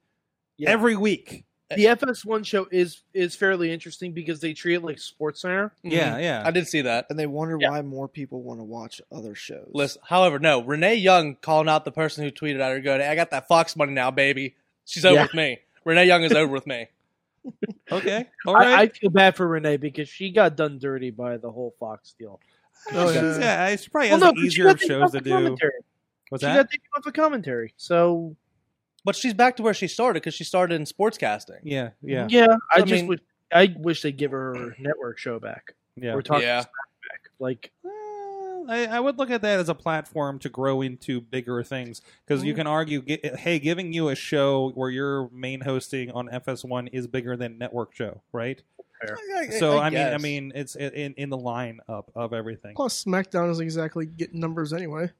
H: Yeah.
B: every week.
H: The FS1 show is is fairly interesting because they treat it like Sports Center.
B: Yeah,
E: Mhm.
B: yeah.
E: I did see that.
F: And they wonder
H: Yeah.
F: why more people want to watch other shows.
E: Listen, however, no, Renee Young calling out the person who tweeted at her, going, "I got that Fox money now, baby. She's over
H: Yeah.
E: with me. Renee Young is over with me."
B: Okay. All
H: I, I
B: right.
H: feel bad for Renee because she got done dirty by the whole Fox deal.
B: She's- yeah. she probably
H: Well,
B: has
H: no,
B: an
H: but she
B: easier
H: got
B: of
H: taken
B: shows
H: off
B: to
H: of
B: do.
H: commentary.
B: What's
H: She
B: that?
H: got taken off of commentary. So
E: But she's back to where she started because she started in sportscasting.
B: Yeah, yeah,
H: yeah, I,
E: I
H: just
E: mean-
H: would. I wish they'd give her her network show back.
B: yeah.
H: We're talking
E: Yeah.
H: Smack back. Like
B: Well, I, I would look at that as a platform to grow into bigger things because you can argue, gi- hey, giving you a show where you're main hosting on FS1 is bigger than network show, right? So I, mean, I
E: guess.
B: mean, it's i- in in the line up of everything.
C: Plus, SmackDown isn't exactly getting numbers anyway.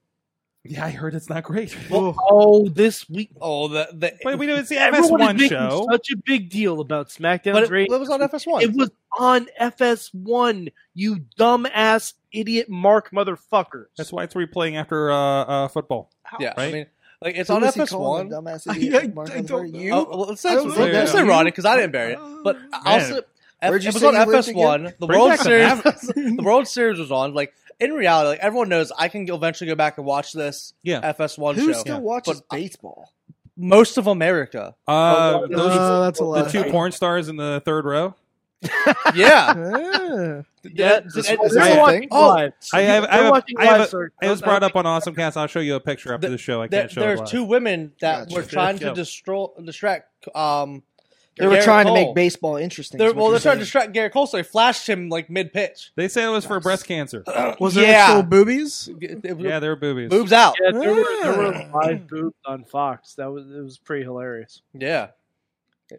B: Yeah, I heard it's not great,
C: Well,
H: oh, this week
E: oh, the, the
B: but we didn't see
H: everyone is
B: FS1
H: making
B: show.
H: such a big deal about
E: but
H: SmackDown's
E: it,
H: rating.
E: it was on FS1.
H: It was on FS1. You dumbass idiot, Mark motherfuckers.
B: That's why it's replaying after uh, uh, football.
E: yeah, I
B: right?
E: mean, like it's
F: Who
E: on
F: is he calling
E: FS1.
F: a dumbass
C: I-
F: idiot?
C: I-
F: Mark
C: I
F: Hunt,
C: don't
F: are
C: know.
F: you?
E: Oh, well, let's say,
C: I don't know.
E: let's say
C: Yeah.
E: Ronnie because I didn't bury it. But also, F-
F: Where'd
E: it
F: you
E: was
F: say
E: on
F: you lived
E: FS1. The
B: Bring
E: World
B: back the
E: Series, the World Series was on. Like in reality, like everyone knows, I can eventually go back and watch this
B: Yeah,
E: FS1
F: Who
E: show.
F: still
B: Yeah.
F: watches
E: But- uh,
F: baseball?
E: Most of America,
B: uh, those
C: Uh, that's a
B: the
C: lot.
B: two porn stars in the third row.
E: yeah.
C: Ah.
E: Yeah,
H: this,
E: and-
H: this
F: this
H: they're
F: a
H: watching
F: thing?
B: Oh,
H: live.
B: I have, I
H: They're
B: have,
H: watching
B: I have
H: live,
B: a,
H: sir.
B: it was brought up on Awesome Cast. I'll show you a picture after
E: The-
B: the show. I
E: there,
B: can't show it
E: there's
B: live.
E: two women that
F: Gotcha.
E: were trying to
B: Yeah.
E: distro- distract. Um,
F: They were
E: Garrett
F: trying to
E: Cole.
F: make baseball interesting.
E: They're,
F: is what
E: well,
F: you're
E: they're trying to
F: saying.
E: distract Garrett Cole, so they flashed him like mid pitch.
B: They say it was for breast cancer.
C: Was there
E: Yeah.
C: actual boobies?
B: Yeah, they're boobies.
E: boobs out.
H: Yeah, there were, there were live boobs on Fox. That was it was pretty hilarious.
E: Yeah.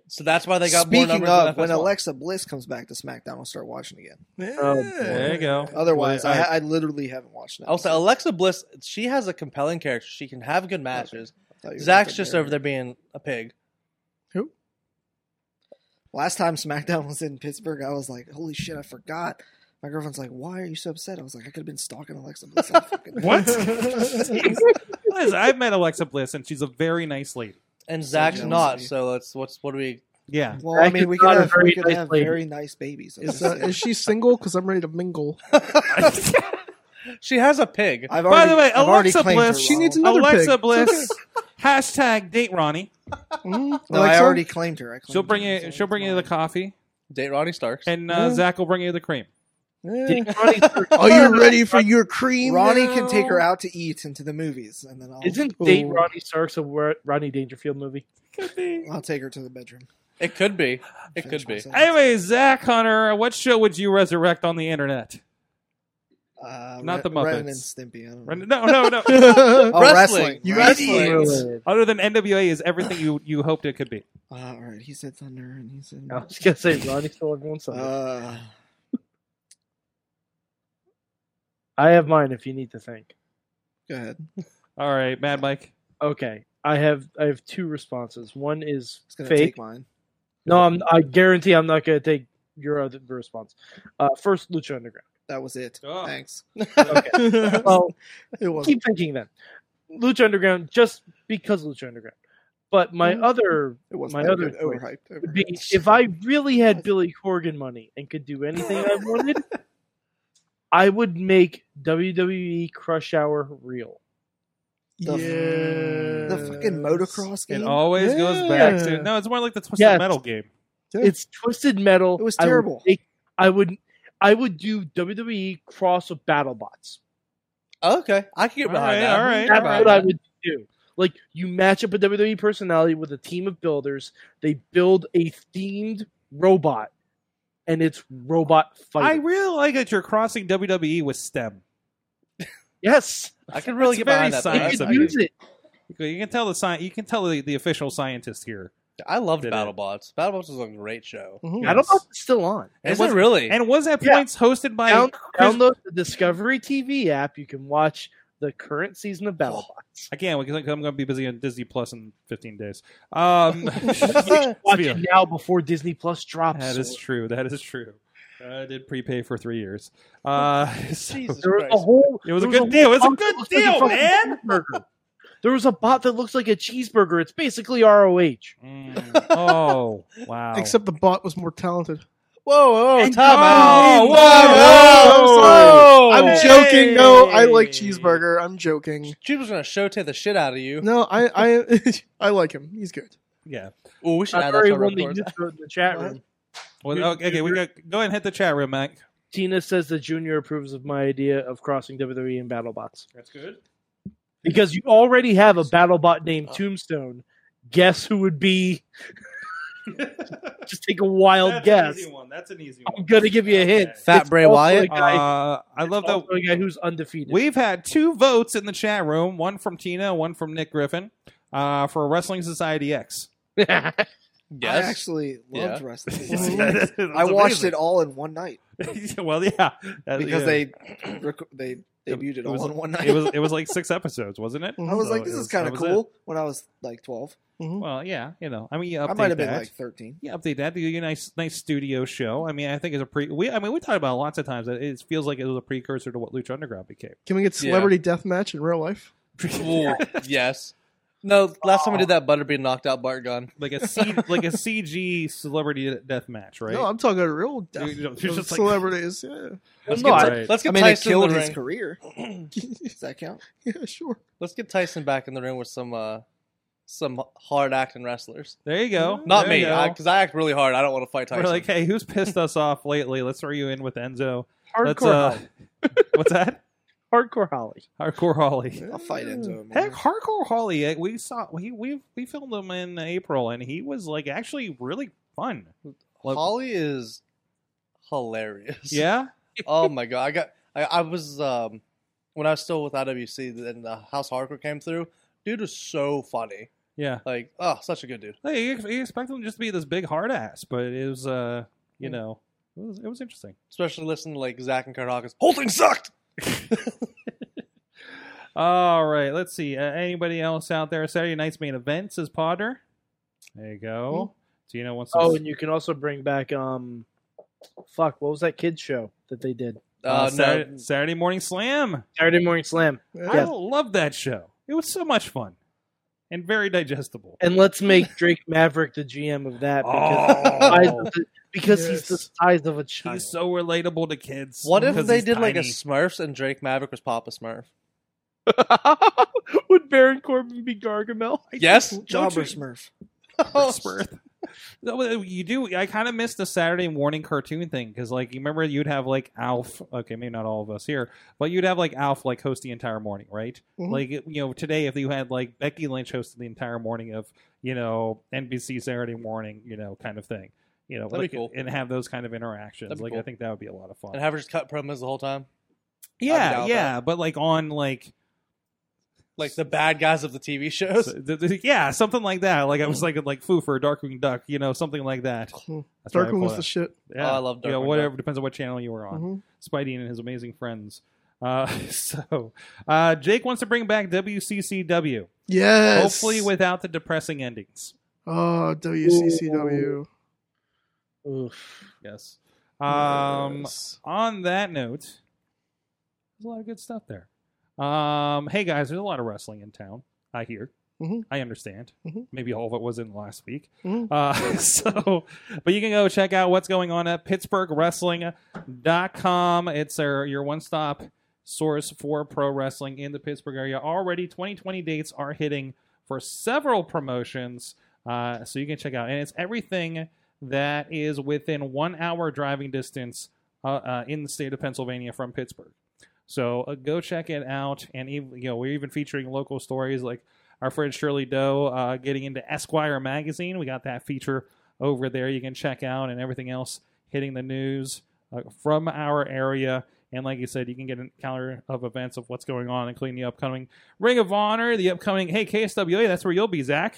E: So that's why they got more
F: Speaking
E: numbers
F: of, when
E: than FS1.
F: Alexa Bliss comes back to SmackDown, I'll start watching again.
H: Oh,
B: There you go.
F: Otherwise,
B: Well,
F: I, I literally haven't watched that.
E: uh, also Alexa Bliss, she has a compelling character. She can have good matches. Zach's just over there being a pig.
F: Last time SmackDown was in Pittsburgh, I was like, "Holy shit, I forgot." My girlfriend's like, "Why are you so upset?" I was like, "I could have been stalking Alexa Bliss." I fucking-
B: What? Liz, I've met Alexa Bliss, and she's a very nice lady.
E: And Zach's
F: jealous
E: not,
F: of you.
E: so let's what's what do we
B: Yeah.
F: Well, I
H: Zach
F: mean,
H: is
F: we could
H: not a
F: have,
H: very
F: we could
H: nice
F: have
H: lady.
F: very nice babies. I'm
C: Is,
F: just
C: uh,
F: saying.
C: is she single? Because I'm ready to mingle.
E: She has a pig.
F: I've
B: By the way,
F: I've already
B: Alexa
F: claimed her,
B: Bliss,
C: She
F: Ronald.
C: needs another
B: Alexa
C: pig.
B: Bliss, hashtag date Ronnie.
C: Mm,
F: No, I
C: Alexa?
F: already claimed her. I claimed
B: She'll bring
F: her,
B: you.
F: so
B: She'll
F: it's
B: bring you the
F: mine.
B: coffee,
E: Date Ronnie Starks.
B: and uh, Zach will bring you the cream.
C: Eh.
H: Did Ronnie
C: Are you ready for your cream?
F: Ronnie
C: now?
F: can take her out to eat and to the movies, and then I'll
H: isn't
C: Ooh.
H: Date Ronnie Starks a Ro- Rodney Dangerfield movie?
F: I'll take her to the bedroom.
E: It could be. It
F: Finish
E: could be.
F: myself.
B: Anyway, Zach Hunter, what show would you resurrect on the internet?
F: Uh,
B: Not
F: Ren-
B: the Muppets.
F: Ren and Stimpy. I don't know.
B: Ren- No, no, no.
C: All
F: oh,
E: Wrestling.
F: wrestling.
E: You
F: wrestling.
E: idiots.
H: Related.
B: Other than NWA, is everything you you hoped it could be.
F: Uh, all right. He said thunder, and he said.
H: I was gonna say Ronnie stole everyone's thunder.
F: Uh,
H: I have mine if you need to think.
F: go ahead.
B: All right, Mad Mike.
H: Okay. I have I have two responses. One is
F: It's gonna
H: fake.
F: take mine.
H: No, I'm, I guarantee I'm not going to take your other response. Uh, first, Lucha Underground.
F: That was it.
B: Oh.
F: Thanks.
H: Well,
F: it was.
H: keep thinking then. Lucha Underground, just because Lucha Underground. But my
F: Mm.
H: other
F: It was
H: my
F: that
H: other
F: good.
H: choice
F: overhyped.
H: would be
F: overhyped.
H: if I really had Billy Corgan money and could do anything I wanted, I would make WWE Crush Hour real.
F: The, the fucking motocross game.
B: It always goes back
H: Yeah.
B: to no. It's more like the twisted
H: Yes.
B: metal game.
F: Yeah.
H: It's twisted metal.
F: It was
H: I would
F: terrible.
H: make- I would, I would do WWE cross with battle bots.
E: Oh, Okay, I can get
B: All
E: behind
B: right,
E: that.
B: all right,
H: That's
B: all
H: what I
B: right.
H: would do. Like you match up a WWE personality with a team of builders. They build a themed robot, and it's robot
B: I
H: fighting.
B: really like that you're crossing WWE with STEM.
H: yes,
E: I can really
B: Ah, That's
E: get
B: very
E: behind that. though.
H: they
B: science
E: That's
H: could
B: of
E: something.
H: use it.
B: You can tell the sci- You can tell the, the official scientist here.
E: I loved
B: Did it.
E: BattleBots. Battlebots was a great show.
F: Mhm.
H: I don't know if it's still on.
E: Is
B: was-
E: it really?
B: And was at
H: Yeah.
B: points hosted by
H: Down,
B: Chris-
H: download the Discovery TV app. You can watch the current season of Battle
B: Oh,
H: Bots.
B: I can't because I'm going to be busy on Disney Plus in 15 days. Um,
H: Watch
B: Yeah.
H: it now before Disney Plus drops.
B: That is true. That is true. I did prepay for three years. Uh, so-
E: Jesus
H: There was
E: Christ.
H: a whole.
B: It was a
H: there
B: good deal. It was a
H: bot that
B: good
H: looks like a
B: deal,
H: fucking
B: man.
H: cheeseburger. There was a bot that looks like a cheeseburger. It's basically ROH.
B: Mm. Oh wow!
C: Except the bot was more talented.
E: Whoa, whoa,
H: And-
E: time
B: oh,
E: out.
B: whoa,
C: whoa,
B: whoa,
C: I'm joking. No, I like cheeseburger. I'm joking.
E: She was gonna show the shit out of you.
C: No, I I I like him. He's good.
B: Yeah.
E: Oh, we should
H: I
E: add that to
H: already
E: our
H: won the
E: repertoire.
H: youth vote in the chat room.
B: Well,
H: Dude,
B: okay, okay, we go, go ahead and hit the chat room, Mac.
H: Tina says that Junior approves of my idea of crossing WWE and BattleBots
B: That's good.
H: because you already have a BattleBot named Tombstone. Guess who would be? Just take a wild guess.
B: one. That's an easy
H: I'm gonna give you a hint.
E: Fat
H: It's
E: Bray
H: also a
E: Wyatt?
H: guy-
B: Uh, I love that
H: also a guy who's undefeated.
B: We've had two votes in the chat room, one from Tina, one from Nick Griffin, uh, for Wrestling Society X.
F: I
E: Yes.
F: actually loved wrestling. I
B: I
F: watched it all in one night
B: well, yeah, That-
F: because
B: yeah.
F: they rec- they debuted it,
B: was-
F: all in one night.
B: it was it was like six episodes, wasn't it?
F: I was
B: So
F: like, this
B: it
F: is
B: was-
F: kind
B: that
F: of
B: was it.
F: cool. When I was like 12,
B: Well, yeah, you know, I mean, you update
F: I might have
B: that.
F: been like 13.
B: yeah, update that. Do a nice, nice studio show. I mean, I think it's a pre. We, I mean, we talked about it lots of times that it feels like it was a precursor to what Lucha Underground became.
C: Can we get
E: Yeah.
C: celebrity deathmatch in real life?
E: Ooh, yes. No, last time we did that, Butterbean knocked out Bart Gun.
B: like a C, like a CG celebrity death match, right?
C: No, I'm talking real death.
B: You- you know, you're
C: of
B: just like-
C: celebrities.
E: Let's,
H: not.
E: get, Ty-
B: Right.
E: let's get
F: I mean, it
E: Tyson in the
F: killed his
E: ring.
F: career. Does that count?
C: yeah. yeah, sure.
E: Let's get Tyson back in the ring with some uh, some hard acting wrestlers.
B: There you go.
E: Not
B: There
E: me,
B: you go.
E: because I, act really hard. I don't want to fight Tyson.
B: We're like, hey, who's pissed us off lately? Let's throw you in with Enzo. Let's,
H: Hardcore,
B: uh,
H: Holly.
B: what's that?
H: hardcore Holly.
B: Hardcore Holly.
F: I'll fight Enzo. Amore.
B: Heck, Hardcore Holly. eh, We saw we we we filmed him in April, and he was like actually really fun. Like-
E: Holly is hilarious.
B: yeah.
E: oh my god, I got. I, I was um when I was still with IWC, and the House Hardcore came through. Dude was so funny.
B: Yeah.
E: Like, oh, such a good dude.
B: Like, you, you expect him just to be this big hard ass, but it was uh you know it was it was interesting.
E: Especially listening to like Zach and Kurt Hawkins. Whole thing sucked. Uh,
B: All right, let's see. Uh, anybody else out there? Saturday night's main event says Podder. There you
H: Hmm.
B: go. Tina wants.
H: Oh, and you can also bring back um, fuck, what was that kids show that they did?
E: Uh,
B: Uh,
E: no,
B: Saturday, Saturday Morning Slam.
H: Saturday Morning Slam.
B: I loved that show. It was so much fun and very digestible.
H: And let's make Drake Maverick the GM of that because size
B: oh,
H: of the- because he's the
C: Yes.
H: size of a child.
B: he's so relatable to kids.
E: What if
B: because
E: they
B: he's
E: did like a
B: tiny.
E: Smurfs and Drake Maverick was Papa Smurf?
H: Would Baron Corbin be Gargamel?
E: Yes.
F: Jobber Smurf.
C: Oh.
B: Smurf. No, You do. I kind of missed the Saturday morning cartoon thing because, like, you remember you'd have like Alf. Okay, maybe not all of us here, but you'd have like Alf like host the entire morning, right?
C: Mhm.
B: Like, you know, today if you had like Becky Lynch hosted the entire morning of you know NBC Saturday morning, you know, kind of thing, you know,
E: That'd be
B: like,
E: cool.
B: and have those kind of interactions.
E: That'd be
B: Like, I
E: cool.
B: think that would be a lot of fun.
E: And have her just cut promos the whole time, I'd
B: yeah,
E: doubt
B: yeah, but like on like
E: like the bad guys of the TV shows.
B: s- th- th- yeah, something like that. Like I was like like Foo for Darkwing Duck, you know, something like that.
C: Mhm.
B: That's what I
C: Darkwing was
B: call
C: the
B: it.
C: shit.
B: Yeah.
E: Oh, I love
B: You know,
E: Darkwing
B: whatever
E: Duck.
B: depends on what channel you were on.
C: Mhm.
B: Spidey and his amazing friends. Uh, so uh, Jake wants to bring back WCCW,
C: Yes.
B: hopefully without the depressing endings.
C: oh WCCW.
H: Oof.
B: Yes. Um,
F: Yes.
B: On that note, there's a lot of good stuff there. Um, hey guys, there's a lot of wrestling in town. I hear.
C: Mhm.
B: I understand.
C: Mhm.
B: Maybe all of it was in last week.
C: Mhm.
B: Uh, so, but you can go check out what's going on at PittsburghWrestling.com. It's our, your one stop source for pro wrestling in the Pittsburgh area. Already, 2020 dates are hitting for several promotions. Uh, so you can check out, and it's everything that is within one hour driving distance uh, uh, in the state of Pennsylvania from Pittsburgh. So uh, go check it out, and even, you know we're even featuring local stories like our friend Shirley Doe uh, getting into Esquire magazine. We got that feature over there. You can check out and everything else hitting the news uh, from our area. And like you said, you can get a calendar of events of what's going on, including the upcoming Ring of Honor, the upcoming Hey KSWA. That's where you'll be, Zach.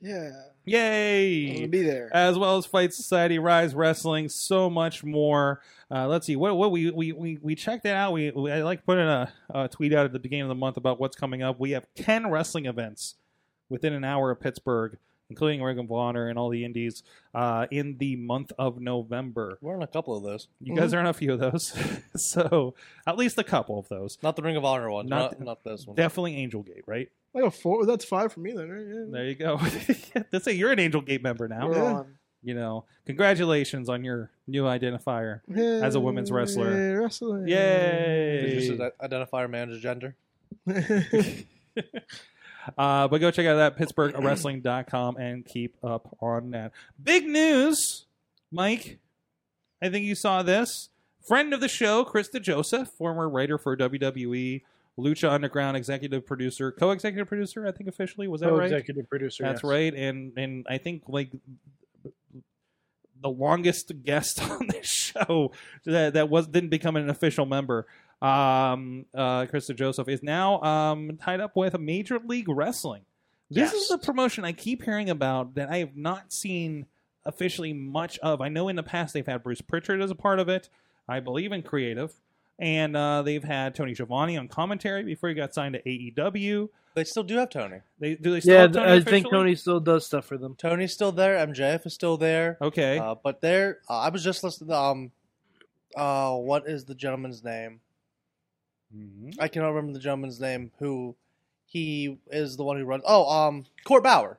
F: Yeah. I'm
B: Yay!
F: gonna be there.
B: as well as Fight Society, Rise Wrestling, so much more. Uh, let's see what what we we we, we checked that out. We, we I like putting a, a tweet out at the beginning of the month about what's coming up. We have ten wrestling events within an hour of Pittsburgh, including Ring of Honor and all the indies uh, in the month of November.
E: We're on a couple of those.
B: You
F: Mm-hmm.
B: guys are in a few of those, so at least a couple of those.
E: Not the Ring of Honor one.
B: Not-
E: Not, not, those ones.
B: Definitely Angel Gate, right?
C: Like a four. That's five for me then. Right?
B: There you go. That's it. You're an Angel Gate member now.
C: Yeah.
F: We're on.
B: You know, congratulations on your new identifier.
C: Yeah. Yeah.
B: As a women's wrestler.
C: Yeah, wrestling.
B: Yay!
E: Did you just identify our manager's gender?
B: Uh, but go check out that PittsburghWrestling.com and keep up on that. Big news, Mike. I think you saw this. Friend of the show, Krista Joseph, former writer for WWE, Lucha Underground executive producer, co-executive producer, I think officially was that right?
D: Oh, executive producer.
B: That's
D: yes.
B: right, and and I think like the longest guest on this show that that was didn't become an official member. Um, uh, Krista Joseph is now um tied up with Major League Wrestling. This is
D: Yes.
B: a promotion I keep hearing about that I have not seen officially much of. I know in the past they've had Bruce Pritchard as a part of it. I believe in creative. And uh, they've had Tony Schiavone on commentary before he got signed to AEW.
E: They still do have Tony.
B: They do they still
H: Yeah,
B: have Tony
H: I think
B: officially?
H: Tony still does stuff for them.
E: Tony's still there. MJF is still there.
B: Okay.
E: Uh, but there, uh, I was just listening to um, uh, what is the gentleman's name?
B: Mhm.
E: I cannot remember the gentleman's name. Who he is the one who runs? Oh, um, Court Bauer.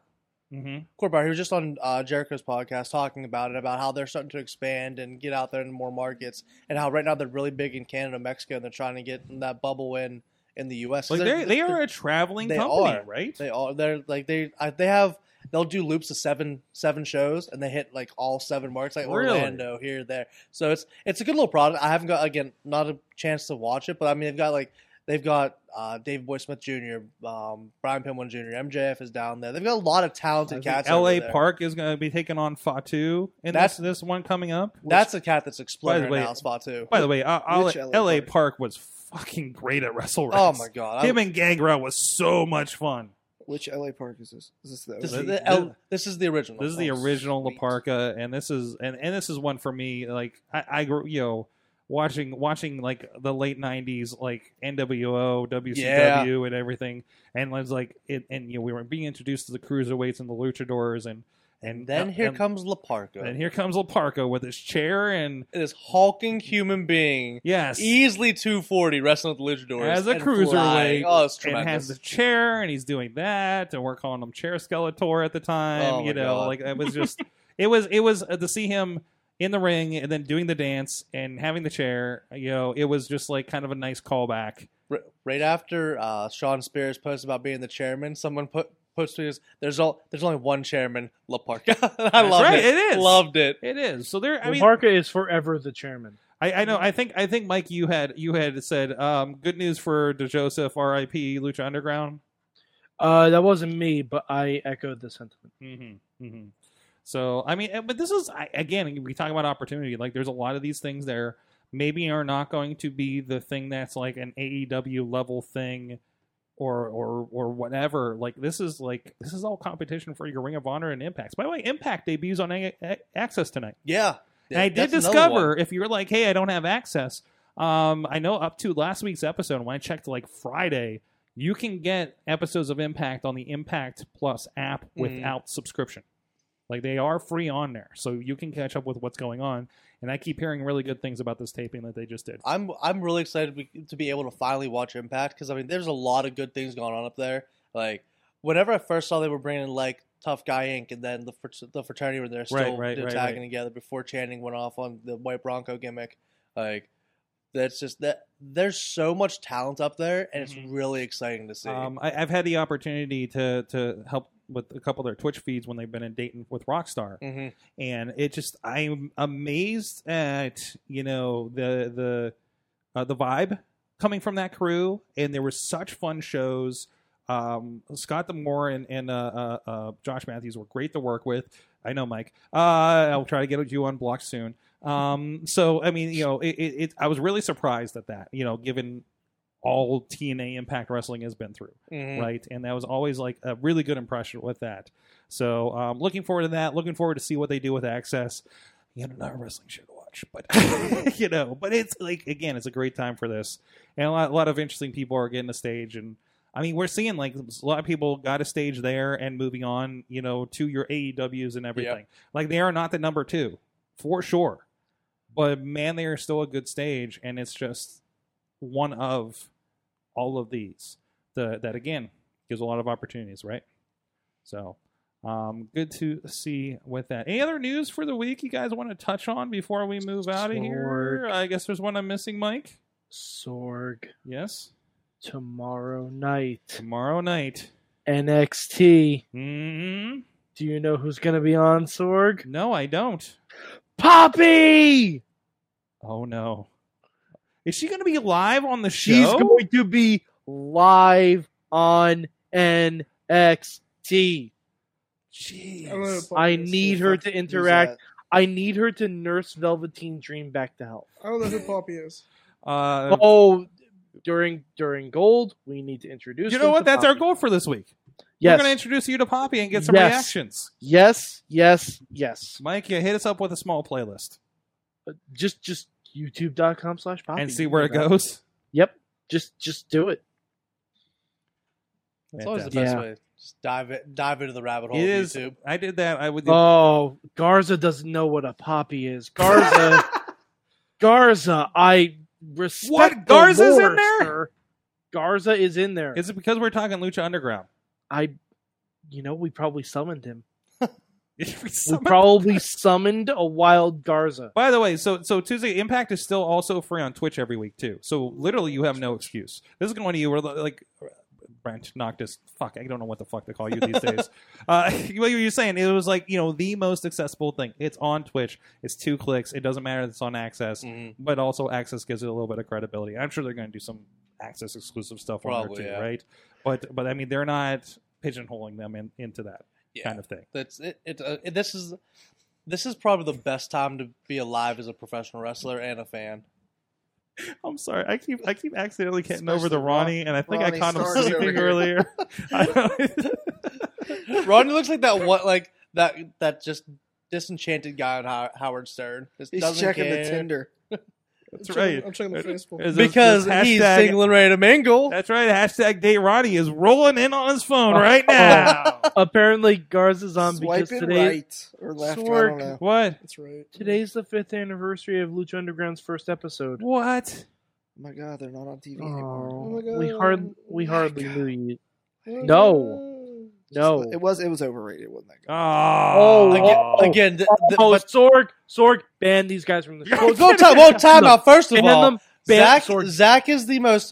B: Mhm.
E: Court Bauer. He was just on uh, Jericho's podcast talking about it, about how they're starting to expand and get out there in more markets, and how right now they're really big in Canada, Mexico, and they're trying to get that bubble in in the U.S. 'Cause
B: Like
E: they're-
B: they they are a traveling
E: they
B: company,
E: are.
B: right?
E: They all they're like they I, they have they'll do loops of seven seven shows and they hit like all seven marks like
B: Really?
E: Orlando here there. So it's it's a good little product. I haven't got again not a chance to watch it, but I mean they've got like they've got uh, David Boy Smith Jr., um, Brian Pillman Jr., MJF is down there. They've got a lot of
B: I
E: talented
B: think
E: cats.
B: L.A.
E: over there.
B: Park is going to be taking on Fatu, and that's
E: That's-
B: this one coming up.
E: That's a cat that's
B: By
E: exploding
B: the way-
E: now spot too.
B: by the way, uh, I'll-
F: Which
B: L.A.
F: LA
B: Park?
F: Park?
B: was fucking great at Wrestle
E: Oh
B: Rats.
E: my god! I-
B: Him and Gangrel was so much fun.
F: Which LA park is this? Is this the
E: this
F: OG?
E: is the L, this is the original.
B: This is the
E: Oh,
B: original La
E: sweet.
B: Parca, and this is and, and this is one for me. Like I, I grew, you know, watching watching like the late '90s, like NWO, WCW, and everything, and was like, it, and you know, we were being introduced to the cruiserweights and the luchadors, and uh,
E: And then here
B: and-
E: comes La Parca.
B: And here comes Leparco with his chair and
E: this hulking human being
B: yes,
E: easily 240 wrestling with the luchadors
B: As a
E: and
B: cruiserweight,
E: flying. Oh, it's
B: and has
E: tremendous.
B: the chair and he's doing that and we're calling him Chair Skeletor at the time.
E: Oh my
B: you know,
E: God.
B: like it was just it was it was uh, to see him in the ring and then doing the dance and having the chair. You know, it was just like kind of a nice callback.
E: R- right after uh, Sean Spears posted about being the chairman, someone put posted his, there's all there's only one chairman, La Parca. I loved
B: right,
E: it.
B: it is.
E: Loved it.
B: It is so there. I
H: Well,
B: mean,
H: Parker is forever the chairman.
B: I, I know. I think I think Mike, you had you had said um, good news for DeJoseph, R.I.P. Lucha Underground.
H: Uh, that wasn't me, but I echoed the sentiment.
B: Mm-hmm. Mm-hmm. So I mean, eh, but this is I- again we talk about opportunity. Like there's a lot of these things there maybe are not going to be the thing that's like an AEW level thing or or or whatever. Like this is like this is all competition for your Ring of Honor and Impacts. By the way, Impact debuts on A- A- Access tonight.
E: Yeah.
B: And I did
E: That's another
B: discover
E: one.
B: if you're like, hey, I don't have access. Um, I know up to last week's episode when I checked like Friday, you can get episodes of Impact on the Impact Plus app
E: Hmm.
B: without subscription. Like they are free on there, so you can catch up with what's going on. And I keep hearing really good things about this taping that they just did.
E: I'm I'm really excited we- to be able to finally watch Impact because I mean, there's a lot of good things going on up there. Like whenever I first saw they were bringing like Tough Guy Inc. and then the fr- the fraternity were there still
B: Right, right,
E: they're
B: right,
E: tagging
B: right.
E: together before Channing went off on the White Bronco gimmick. Like that's just that there's so much talent up there, and it's really exciting to see.
B: Mm-hmm. Um, I, I've had the opportunity to to help with a couple of their Twitch feeds when they've been in Dayton with Rockstar,
E: hmm
B: and it just I'm amazed at you know the the uh, the vibe coming from that crew, and there were such fun shows. Um, Scott Demore and, and uh, uh, uh, Josh Matthews were great to work with. I know, Mike. Uh, I'll try to get you on block soon. Um, so I mean, you know, it, it, it, I was really surprised at that. You know, given all TNA Impact Wrestling has been through
E: mm-hmm.
B: right? And that was always like a really good impression with that. So um, looking forward to that. Looking forward to see what they do with Access. Yet another wrestling show to watch, but you know, but it's like again, it's a great time for this, and a lot, a lot of interesting people are getting the stage and. I mean, we're seeing like a lot of people got a stage there and moving on, you know, to your AEWs and everything. Like they are not the number two for sure, but man, they are still a good stage, and it's just one of all of these the, that again gives a lot of opportunities, right? So, um, good to see with that. Any other news for the week you guys want to touch on before we move out of here?
D: Sorg.
B: I guess there's one I'm missing, Mike.
D: Sorg
B: Yes,
D: tomorrow night.
B: tomorrow night.
H: NXT.
B: hmm
H: Do you know who's going to be on Sorg?
B: No, I don't.
H: Poppy!
B: Oh no, is she going to be live on the show?
H: She's going to be live on NXT.
B: Jeez.
H: I need her to
F: Who's
H: interact.
F: that?
H: I need her to nurse Velveteen Dream back to health.
C: I don't know who Poppy is.
B: Uh,
H: Oh, during during Gold, we need to introduce.
B: you
H: them
B: know
H: to
B: what? That's our
H: Poppy.
B: goal for this week. We're
H: Yes,
B: going to introduce you to Poppy and get some
H: Yes.
B: reactions.
H: yes, yes, yes.
B: Mike, you hit us up with a small playlist
H: But Just just YouTube.com slash Poppy
B: and see where it goes.
H: Yep. Just just do it.
E: It's always the
B: Fantastic.
E: best
H: Yeah.
E: way. Just dive it, dive into the rabbit hole.
B: It
E: of
B: is.
E: YouTube.
B: I did that. I would.
H: Oh, Garza doesn't know what a poppy is. Garza, Garza, I respect.
B: What?
H: the
B: Garza's in
H: lore,
B: there?
H: sir. Garza is in there.
B: Is it because we're talking Lucha Underground?
H: I, you know, we probably summoned him.
B: We
H: We
B: summon-
H: probably summoned a wild Garza.
B: By the way, so so Tuesday Impact is still also free on Twitch every week too. So literally, you have no excuse. This is going to you where like Brent Noctis. Fuck, I don't know what the fuck to call you these days. Uh, what you were saying? It was like you know the most accessible thing. It's on Twitch. It's two clicks. It doesn't matter. If it's on Access,
E: Mhm.
B: but also Access gives it a little bit of credibility. I'm sure they're going to do some Access exclusive stuff on
E: Probably,
B: there too,
E: yeah.
B: right? But but I mean, they're not pigeonholing them in, into that
E: Yeah.
B: kind of thing.
E: That's it. it, uh, it- this is this is probably the best time to be alive as a professional wrestler and a fan.
B: I'm sorry. I keep I keep accidentally getting over
F: Especially
B: the Ronnie, and I think I
F: Ronnie
B: caught him
F: Starks over
B: sleeping
F: here.
B: earlier. I don't-
E: Ronnie looks like that what like that that just disenchanted guy on How- Howard Stern. Just
F: He's
E: doesn't
F: checking
E: care.
F: the Tinder.
B: that's
C: I'm
B: right.
C: Checking, I'm checking the Facebook.
B: There's a-
E: because
B: there's
E: he's
B: hashtag-
E: single and ready to mingle.
B: That's right. Hashtag date Ronnie is rolling in on his
F: Oh,
B: phone right now.
H: Apparently, Garza's on
F: Swipe
H: because
F: it
H: today
F: right or left. I
H: Sorg-
F: don't know.
B: what?
C: That's right.
H: today's the fifth anniversary of Lucha Underground's first episode.
B: What?
F: Oh my god, they're not on TV anymore.
H: Oh,
C: my God.
H: we hard we
C: Oh my
H: hardly
C: God.
H: knew you.
C: Oh,
H: No. No.
F: it was it was overrated. It wasn't that good.
B: Oh,
H: again-
E: Again, th- th-
H: oh,
E: but-
H: Sorg, Sorg, ban these guys from the show.
E: well, go time. Well, time out. First of
H: Ban
E: all,
H: them. Ban
E: Zach
H: Sorg.
E: Zach is the most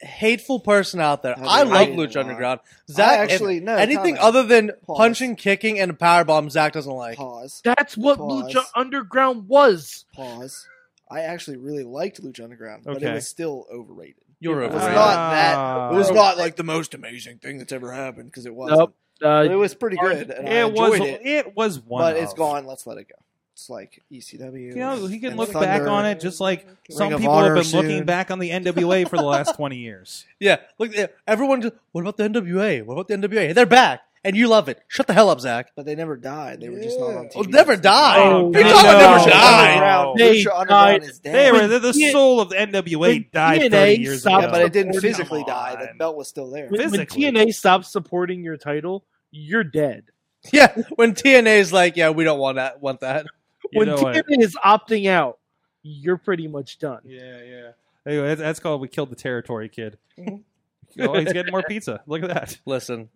E: hateful person out there.
F: I
E: I
F: really
E: love Lucha
F: hate him a lot.
E: Underground.
F: I
E: Zach, if-
F: actually no
E: anything
F: comment.
E: other than
F: Pause.
E: punching, kicking, and a power bomb, Zach doesn't like.
F: pause
H: That's what
F: Pause.
H: Lucha Underground was.
F: pause. I actually really liked Lucha Underground, but
B: Okay.
F: it was still overrated.
E: You're
F: It was
E: overrated.
F: not that-
B: Ah.
H: Uh,
F: it was not like the most amazing thing that's ever happened because it wasn't.
H: oh. Nope.
F: But it
H: Uh,
F: was pretty good. And I
B: It was.
F: enjoyed
B: It.
F: it,
B: was one.
F: but it's
B: of.
F: gone. Let's let it go. It's like ECW.
B: You know, he can
F: and
B: look back
F: Thunder.
B: on it just like some
F: Ring of
B: people have
F: Honor
B: been
F: soon.
B: looking back on the NWA for the last twenty years.
E: Yeah, look, yeah, everyone just, what about the NWA? What about the NWA? They're back, and you love it. Shut the hell up, Zach.
F: But they never died. They were just not on
C: Yeah.
F: TV.
E: Oh, never die.
H: Oh,
E: You're
H: no.
E: talking about never
H: No.
E: die.
F: Underground.
H: They
F: Lucha Underground
H: died.
F: is
B: They
F: dead.
B: were the, the
H: When
B: soul of the NWA died
H: DNA
B: thirty years
H: stopped-
F: yeah,
B: ago.
F: but it didn't
H: Come
F: physically die.
B: on.
F: The belt was still there.
H: when, when
B: physically.
H: TNA stops supporting your title, you're dead.
E: Yeah, when TNA's like, yeah, we don't want that. Want that?
B: You
H: when
B: know what?
H: TNA is opting out, you're pretty much done.
B: Yeah, yeah. Anyway, that's, that's called we killed the territory kid.
F: Mm-hmm.
B: oh, he's getting more pizza. Look at that.
E: Listen,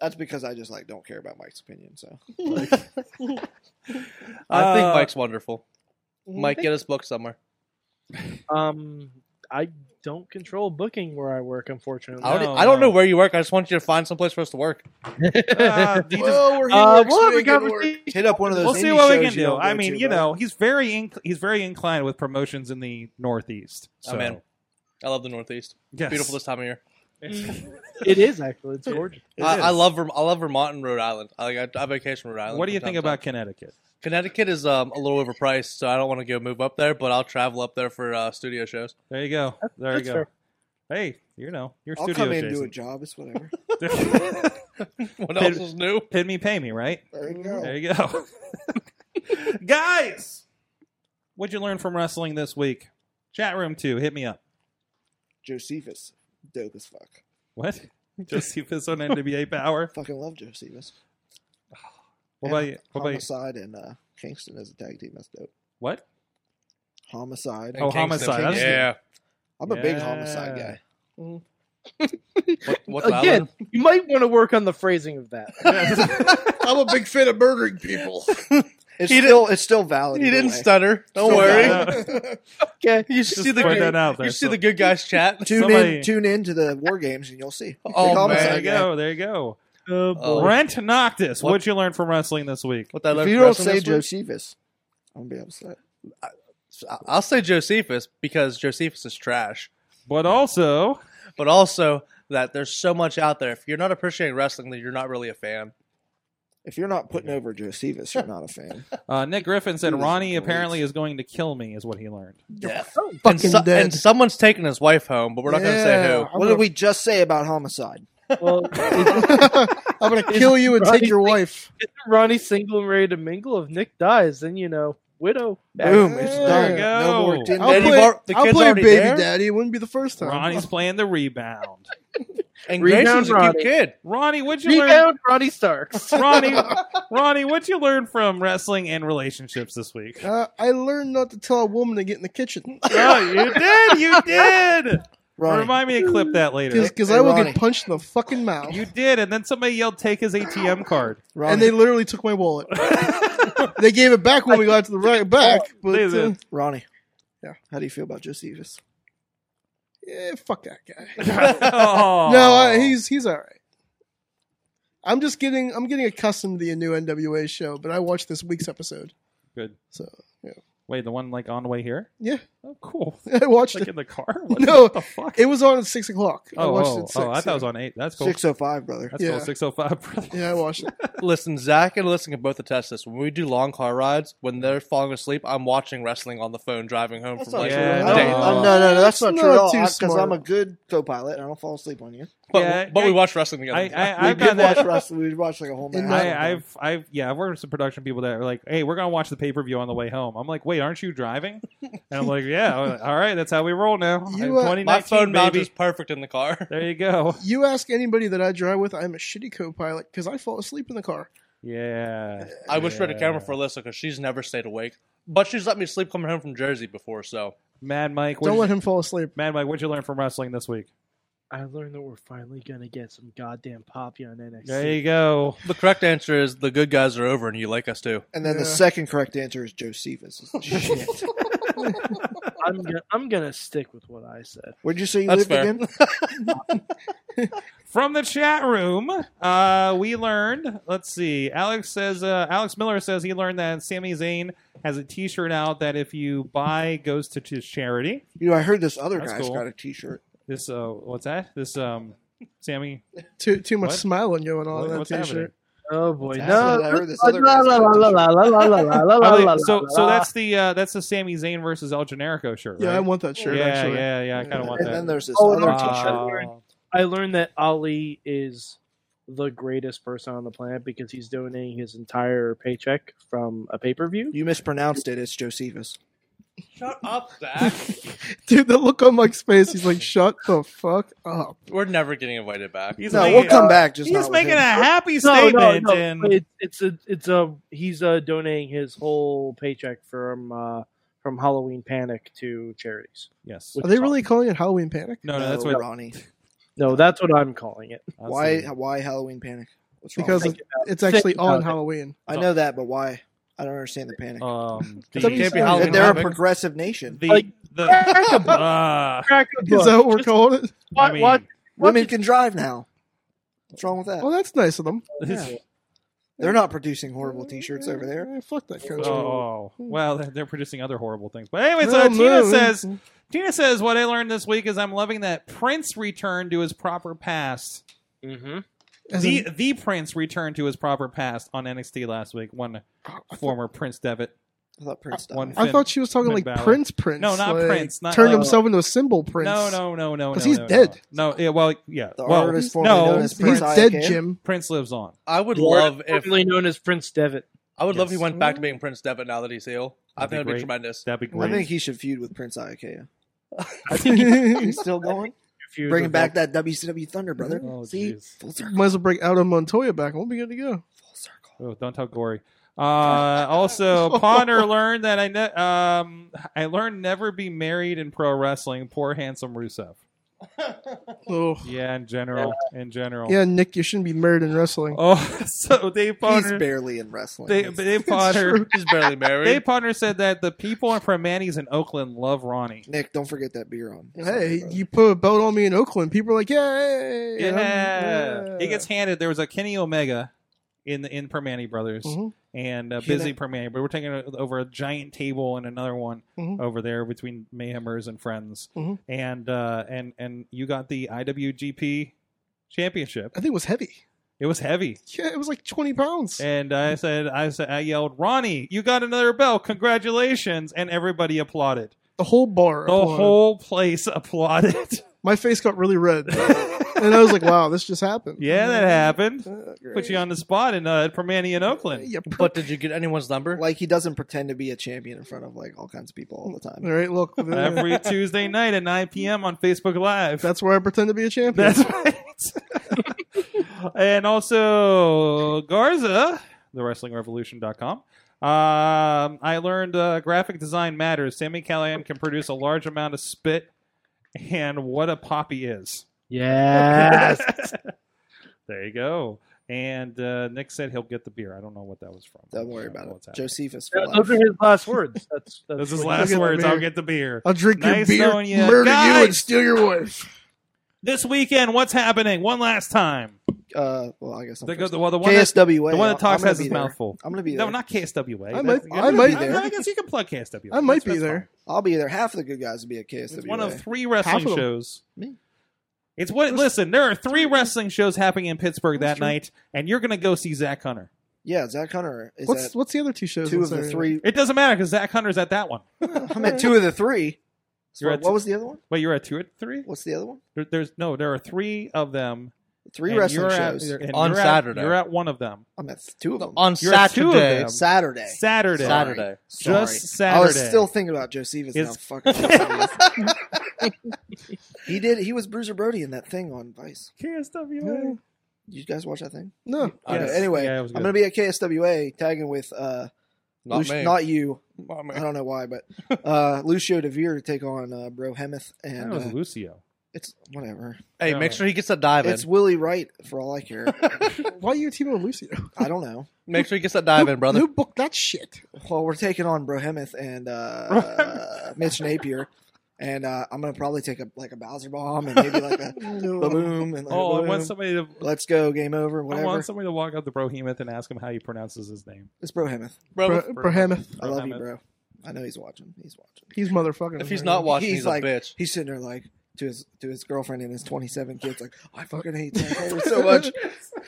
F: That's because I just like don't care about Mike's opinion. So
E: I think
B: Uh,
E: Mike's wonderful. Mike, get us booked somewhere.
H: Um, I don't control booking where I work, unfortunately.
E: I, already,
B: No,
E: I don't
B: no.
E: know where you work. I just want you to find someplace for us to work.
B: Ah, he just-
F: well, we're
H: Uh, we'll have a conversation.
F: Hit up one of those.
B: we'll see
F: indie
B: what we
F: shows
B: can do.
F: you don't
B: I
F: go
B: mean,
F: to,
B: you
F: right?
B: know, he's very inc- he's very inclined with promotions in the Northeast. So.
E: Oh, man. I love the Northeast.
B: Yes.
E: Beautiful this time of year.
H: It is actually. It's gorgeous.
F: It
E: I, I
F: is.
E: love Verm- I love Vermont and Rhode Island. I, like, I, I vacation in Rhode Island.
B: what do you
E: from time
B: think
E: to time.
B: about Connecticut?
E: Connecticut? Is um, a little overpriced, so I don't want to go move up there, but I'll travel up there for uh, studio shows.
B: There you go. There you
H: that's
B: go.
H: fair.
B: Hey, you know, your
F: I'll
B: studio
F: come in and do a
B: adjacent.
F: job. It's whatever.
E: What else is new?
B: Pin me, pay me, right?
F: There you
E: Oh.
F: go.
B: There you go. Guys, what'd you learn from wrestling this week? Chat room two, hit me up.
F: Josephus, dope as fuck.
B: What? Josephus on NWA Power.
F: Fucking love Josephus.
B: What
F: Yeah.
B: about you? What about you?
F: Homicide and uh, Kingston as a tag team. That's dope.
B: What?
F: Homicide.
B: Oh, homicide. I was-
E: Yeah.
F: I'm a big
B: Yeah.
F: homicide guy.
E: What, what's that
H: Again, you might want to work on the phrasing of that.
C: I'm a big fan of murdering people.
F: It's still it's still valid.
E: one? He
F: either
E: didn't
F: way.
E: stutter. Don't
F: Still
E: worry.
F: valid.
H: okay.
E: You should see the
B: Just put that out there.
E: you see
B: So-
E: the good guys chat.
F: Tune
B: Somebody-
F: in tune in to the war games and you'll see.
E: Oh, man.
F: Big
B: there
F: homicide
B: you
F: guy.
B: go. There you go.
E: Oh.
B: Brent Noctis,
E: What-
B: what'd you learn from wrestling this week?
E: What that
F: If
E: learned
F: you
E: from
F: don't
E: wrestling
F: say
E: this week?
F: Josephus, I'm gonna be upset.
E: I- I'll say Josephus because Josephus is trash.
B: But also,
E: But also that there's so much out there. If you're not appreciating wrestling, then you're not really a fan.
F: If you're not putting over Josephus, you're not a fan.
B: uh, Nick Griffin said
F: He was
B: Ronnie
F: great.
B: apparently is going to kill me, is what he learned.
E: And, so-
C: dead.
E: and someone's taking his wife home, but we're not going to say
C: Yeah.
E: who.
C: I'm
F: what
C: gonna-
F: did we just say about homicide?
H: Well, is
C: I'm gonna kill you and take your wife.
H: Ronnie single and ready to mingle? If Nick dies, then you know, widow.
F: Boom, it's
C: There
F: done.
B: you
F: No
B: go.
F: more din-
C: I'll
E: Daddy
C: play,
E: Bar- the
C: I'll
E: kid's
C: play
E: already
C: baby
E: there?
C: daddy. It wouldn't be the first time.
B: Ronnie's playing the rebound.
E: And
H: Rebound
E: Grayson's a cute
H: Roddy.
E: kid.
B: Ronnie, what'd you learn?
H: Rebound Ronnie Starks.
B: Ronnie, Ronnie, what'd you learn from wrestling and relationships this week?
C: Uh, I learned not to tell a woman to get in the kitchen
B: oh, you did, you did.
F: Ronnie,
B: Remind me to clip that later.
C: because
F: Hey,
C: I will
F: Ronnie.
C: get punched in the fucking mouth.
B: You did, and then somebody yelled, "Take his ATM card."
F: Ronnie,
C: and they literally took my wallet. they gave it back when we got to the right back, but
B: They
C: uh,
B: did.
F: Ronnie.
C: Yeah.
F: How do you feel about Josephus?
C: yeah, fuck that guy.
B: oh.
C: No, I, he's he's all right. I'm just getting I'm getting accustomed to the new NWA show, but I watched this week's episode.
B: good.
C: So
B: Wait, the one like on the way here?
C: yeah,
B: Oh, cool.
C: I watched
B: Like
C: it.
B: in the car? What
C: No,
B: the fuck?
C: It was on at six o'clock. I
B: oh,
C: watched
B: oh,
C: it. at Six,
B: oh, I thought
C: yeah.
B: it was on eight. That's cool.
F: Six oh five, brother.
B: That's
C: yeah.
B: cool. Six oh five, brother.
C: Yeah, I watched it.
E: Listen, Zach and Alyssa can both attest this. When we do long car rides, when they're falling asleep, I'm watching wrestling on the phone driving home from like
B: true. Yeah,
F: No,
B: Dang.
E: dates.
F: uh, no, no, no, that's not
C: Not
F: true at all.
C: too
F: Because
C: smart.
F: I'm a good co-pilot, and I don't fall asleep on you.
E: But,
B: Yeah,
E: but
B: I-
E: we watch wrestling together.
B: I, I,
F: We
B: I've got
F: did watch
B: that.
F: wrestling. We watched like a whole match.
B: I, I've, I've, yeah, I've worked with some production people that are like, "Hey, we're gonna watch the pay per view on the way home." I'm like, "Wait, aren't you driving?" And I'm like, "Yeah, I'm like, all right, that's how we roll now."
C: You, uh,
E: My
B: 2019,
E: phone mount
B: baby.
E: is perfect in the car.
B: There you go.
C: You ask anybody that I drive with, I'm a shitty co-pilot because I fall asleep in the car.
B: Yeah.
E: I wish we had a
B: Yeah.
E: camera for Alyssa because she's never stayed awake. But she's let me sleep coming home from Jersey before, so
B: Mad Mike. What
C: Don't let him fall asleep.
B: Mad Mike, what'd you learn from wrestling this week?
H: I learned that we're finally gonna get some goddamn poppy on NXT.
B: There you go.
E: the correct answer is the good guys are over and you like us too.
F: and then the
C: Yeah.
F: second correct answer is Josephus. Shit.
H: I'm gonna, I'm gonna stick with what I said.
F: Where'd you say you
E: That's
F: lived
E: fair.
F: again?
B: From the chat room, uh, we learned. Let's see. Alex says. Uh, Alex Miller says he learned that Sami Zayn has a T-shirt out that if you buy goes to his charity.
F: You know, I heard this other
B: That's
F: guy's
B: cool.
F: got a T-shirt.
B: This. Uh, what's that? This. Um. Sammy.
C: Too too much
B: What?
C: smiling going on
B: what-
C: in that
B: what's
C: t-shirt.
H: Oh boy,
F: That's
H: no.
F: what I heard this
H: la,
F: other
H: la,
F: guy's
H: la,
F: got a
H: la,
F: T-shirt.
H: la, la, la, la, la, la,
B: happening?
H: la,
B: Oh, so.
H: la,
B: So
H: la.
B: that's the. Uh, that's the Sami Zayn versus El Generico shirt.
C: Yeah, I
B: right?
C: want that shirt.
B: yeah,
C: actually.
B: yeah, yeah. I kind of want
F: And then
B: that.
F: there's this
H: Oh,
F: other
H: no.
F: T-shirt.
B: Uh,
H: I learned that Ali is the greatest person on the planet because he's donating his entire paycheck from a pay per view.
F: You mispronounced it. It's Josephus.
E: Shut up, Zach.
C: Dude, the look on Mike's face, he's like, shut the fuck up.
E: We're never getting invited back.
B: He's
F: no,
B: making-
F: we'll come back. Just
B: He's
F: not with
B: making a
F: him.
B: happy
H: No, no,
B: statement,
H: no.
B: and
H: It, it's a, it's a, he's uh, donating his whole paycheck from uh, from Halloween Panic to charities.
B: yes,
H: Which
C: Are they
H: is
C: really calling it Halloween Panic?
B: no, no,
F: No,
B: that's what.
F: Ronnie.
H: awesome. No, that's what I'm calling it.
B: that's
F: Why?
B: the-
F: Why Halloween panic? What's wrong?
C: Because
F: with it?
C: it's actually
H: Think
C: on
H: about it.
C: Halloween.
F: I know that, but why? I don't understand the panic.
B: Um,
E: It
B: the-
E: can't be
C: That
F: That
E: Halloween.
F: they're a
E: topic.
F: progressive nation.
B: the
H: Like-
B: the
H: Crack a book.
B: ah,
H: Crack a book.
C: Is that what we're
H: Just
C: calling it?
B: I
H: wa-
B: mean,
H: watch- watch
F: Women
H: it.
F: can drive now. What's wrong with that?
C: Oh, that's nice of them.
B: this-
F: They're not producing horrible T-shirts over there.
C: Eh, fuck that country.
B: oh well, they're- they're producing other horrible things. But anyway, so
C: Well,
B: Tina
C: no,
B: says, Tina says, what I learned this week is I'm loving that Prince returned to his proper past.
C: as
B: the
C: in-
B: the Prince returned to his proper past on NXT last week. One former Prince Devitt.
F: I thought Prince died.
B: One-
C: I
B: Finn-
C: thought she was talking
B: Finn
C: like
B: Balor.
C: Prince Prince.
B: No, not
C: like,
B: Prince, not
C: turned
B: like-
C: himself into a symbol Prince.
B: No, no, no, no,
C: 'Cause
B: no,
C: he's
B: no,
C: dead.
B: No, No, yeah, well, yeah,
F: The
B: well,
F: artist formerly known
B: no,
F: as
C: He's
B: Prince,
F: Prince
C: dead,
F: Iacane?
C: Jim.
B: Prince lives on.
E: I would love if
H: formerly known as Prince Devitt.
E: I would love if he
B: Yes.
E: went back to being Prince Devitt now that he's ill. I
B: That'd be
E: think that'd be
B: great.
E: tremendous.
B: That'd be
F: I
B: great.
F: think he should feud with Prince Iakea. He's
C: Might
F: still going.
H: If you
F: Bringing back that WCW Thunder, brother.
B: Oh,
F: See,
B: jeez.
F: full circle.
C: as well bring Aldo Montoya back. We'll be good to go.
F: Full circle.
B: Oh, don't tell Gory. Uh, also, Ponder learned that I ne- um, I learned never be married in pro wrestling. Poor handsome Rusev.
C: Oh.
B: Yeah, in general, in general.
C: Yeah, Nick, you shouldn't be married in wrestling.
B: Oh, so Dave
F: He's
B: Potter.
F: barely in wrestling.
B: Dave, Dave Potter.
E: He's barely married.
B: Dave Potter said that the people in Permanis in Oakland love Ronnie.
F: Nick, don't forget that beer on.
C: Hey, you put a belt on me in Oakland. People are like, yay!
B: Yeah.
C: And I'm-
B: He gets handed. There was a Kenny Omega in the in Permani Brothers
C: Mhm.
B: and uh,
F: Hear
B: busy Permani, but we're taking o- over a giant table and another one
C: Mhm.
B: over there between Mayhemers and friends.
C: Mhm.
B: And uh, and and you got the IWGP championship.
C: I think it was heavy.
B: It was heavy.
C: Yeah, it was like 20 pounds.
B: And I said, I said, I yelled, Ronnie, you got another belt. Congratulations. And everybody applauded.
C: the whole bar.
B: The
C: applauded.
B: whole place applauded.
C: My face got really red. and I was like, wow, this just happened.
B: yeah,
F: Mm-hmm.
B: that happened.
C: Uh,
B: Put you on the spot in uh, Permani in Oakland.
C: Yeah,
E: But did you get anyone's number?
F: Like he doesn't pretend to be a champion in front of like all kinds of people all the
C: All
F: time.
C: right, look. uh,
B: every Tuesday night at 9 p.m. on Facebook Live.
C: That's where I pretend to be a champion.
B: That's right. and also Garza, the wrestlingrevolution.com. Um, I learned uh, graphic design matters. Sammy Callahan can produce a large amount of spit and what a poppy is.
H: Yes.
B: there you go. And uh, Nick said he'll get the beer. I don't know what that was from.
F: Don't
B: I
F: worry
B: don't
F: about
B: know
F: it.
B: what's happening.
F: Josephus. for
H: That-
F: life.
H: Those are his last words. That's, that's
B: That's his
H: what-
B: last
C: the
B: words. I'll
C: beer.
B: get the beer.
C: I'll drink
B: Nice
C: your beer,
B: knowing you.
C: murder you, and
B: Guys!
C: steal your wife.
B: This weekend, what's happening? One last time.
F: Uh, well, I guess I'm
B: There goes
F: first.
B: the, well, the one that-
F: KSWA.
B: the one that talks
F: I'm gonna
B: has
F: be
B: his
F: there.
B: mouth full.
F: I'm gonna be there.
B: No, not KSWA.
C: I
B: That's-
C: might-
B: you're
C: I
B: not-
C: might be
B: I-
C: there.
B: I guess you can plug KSWA.
C: I
B: That's-
C: might be
B: that's
C: there.
F: I'll be there. Half of the good guys will be at KSWA.
B: fine. It's one of three wrestling
C: Half of them.
B: shows.
F: Me.
B: It's what. Listen, there are three wrestling shows happening in Pittsburgh that night, and you're going to go see Zach Hunter.
F: yeah, Zach Hunter is
C: What's
F: at
C: what's the other two shows?
F: two
C: on
F: of the
C: Saturday?
F: three.
B: It doesn't matter because Zach Hunter's at that one.
F: I'm at two of the three. So
B: You're at
F: what
B: two-
F: was the other one?
B: Wait, you're at two or three?
F: What's the other one?
B: There, there's no. There are three of them.
F: Three
B: and
F: wrestling
B: you're at-
F: shows.
B: you're- and
E: On
B: you're at-
E: Saturday.
B: you're at one of them.
F: I'm at two of them.
E: On
B: You're at two of
E: Saturday.
B: them.
F: Saturday.
B: Saturday.
F: Sorry.
E: Saturday.
F: Sorry.
B: Just
F: I was
B: Saturday.
F: still thinking about Josephus now.
B: It's-
F: Fucking he did. He was Bruiser Brody in that thing on Vice.
B: KSWA.
F: You guys watch that thing?
C: No.
F: I don't know.
B: Yes.
F: Anyway,
B: Yeah, it
F: I'm
B: was
F: gonna
B: good.
F: be at KSWA tagging with uh,
E: Not
F: Luci-
E: me.
F: not you.
E: Not me.
F: I don't know why, but uh, Lucio Devere to take on uh, Bro Hemeth,
B: That
F: and
B: was
F: uh,
B: Lucio.
F: it's whatever.
E: Hey,
B: No.
E: make sure he gets that dive in.
F: It's Willie Wright for all I care.
C: Why are you teaming with Lucio?
F: I don't know.
E: Make sure he gets that dive in, brother.
C: Who booked that shit?
F: Well, we're taking on Bro Hemeth and uh, Mitch Napier, and uh, I'm gonna probably take a like a Bowser bomb and maybe like a boom and like,
B: Oh, I
F: boom.
B: want somebody to.
F: Let's go, game over,
B: I
F: whatever.
B: want somebody to walk up to Brohemoth and ask him how he pronounces his name.
F: It's Bro Hemeth.
E: Bro,
C: Bra- Brahamath.
F: I love you,
B: Brohemoth.
F: bro. I know he's watching. He's watching.
C: He's motherfucking.
E: if he's not watching, he's,
F: like
E: a bitch.
F: He's sitting there like to his to his girlfriend and his 27 kids. Like I fucking hate Zach Taylor so much.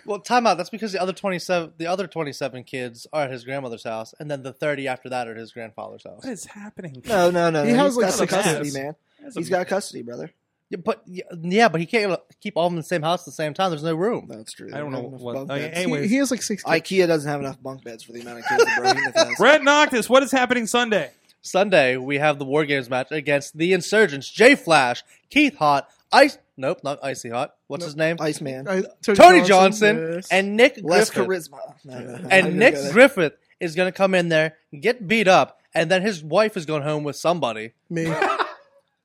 E: Well, time out. That's because the other twenty-seven, the other twenty-seven kids are at his grandmother's house, and then the thirty after that are at his grandfather's house.
B: What is happening?
F: No, no, no.
C: He
F: no.
C: has, like,
F: got
C: six
F: custody,
B: kids.
F: man.
B: That's a-
F: He's got custody, brother.
E: Yeah, but yeah, but he can't keep all of them in the same house at the same time. There's no room.
F: That's true.
B: I don't
F: They
B: know
F: have
B: what-
F: enough bunk
B: I-
F: beds.
B: I-
C: He,
B: Anyways.
C: he has like six. kids.
F: IKEA doesn't have enough bunk beds for the amount of kids that Brahim has.
B: Brett Noctis, what is happening Sunday?
E: Sunday, we have the War Games match against the Insurgents, Jay Flash, Keith Hot, Ice. Nope, not Icy Hot. What's his name?
F: Iceman.
C: I-
E: Tony Johnson,
C: yes.
E: and Nick
F: Less
E: Griffith.
F: charisma. No, no, no, I'm
E: and Nick
F: gonna go there.
E: Griffith is going to come in there, get beat up, and then his wife is going home with somebody,
C: me.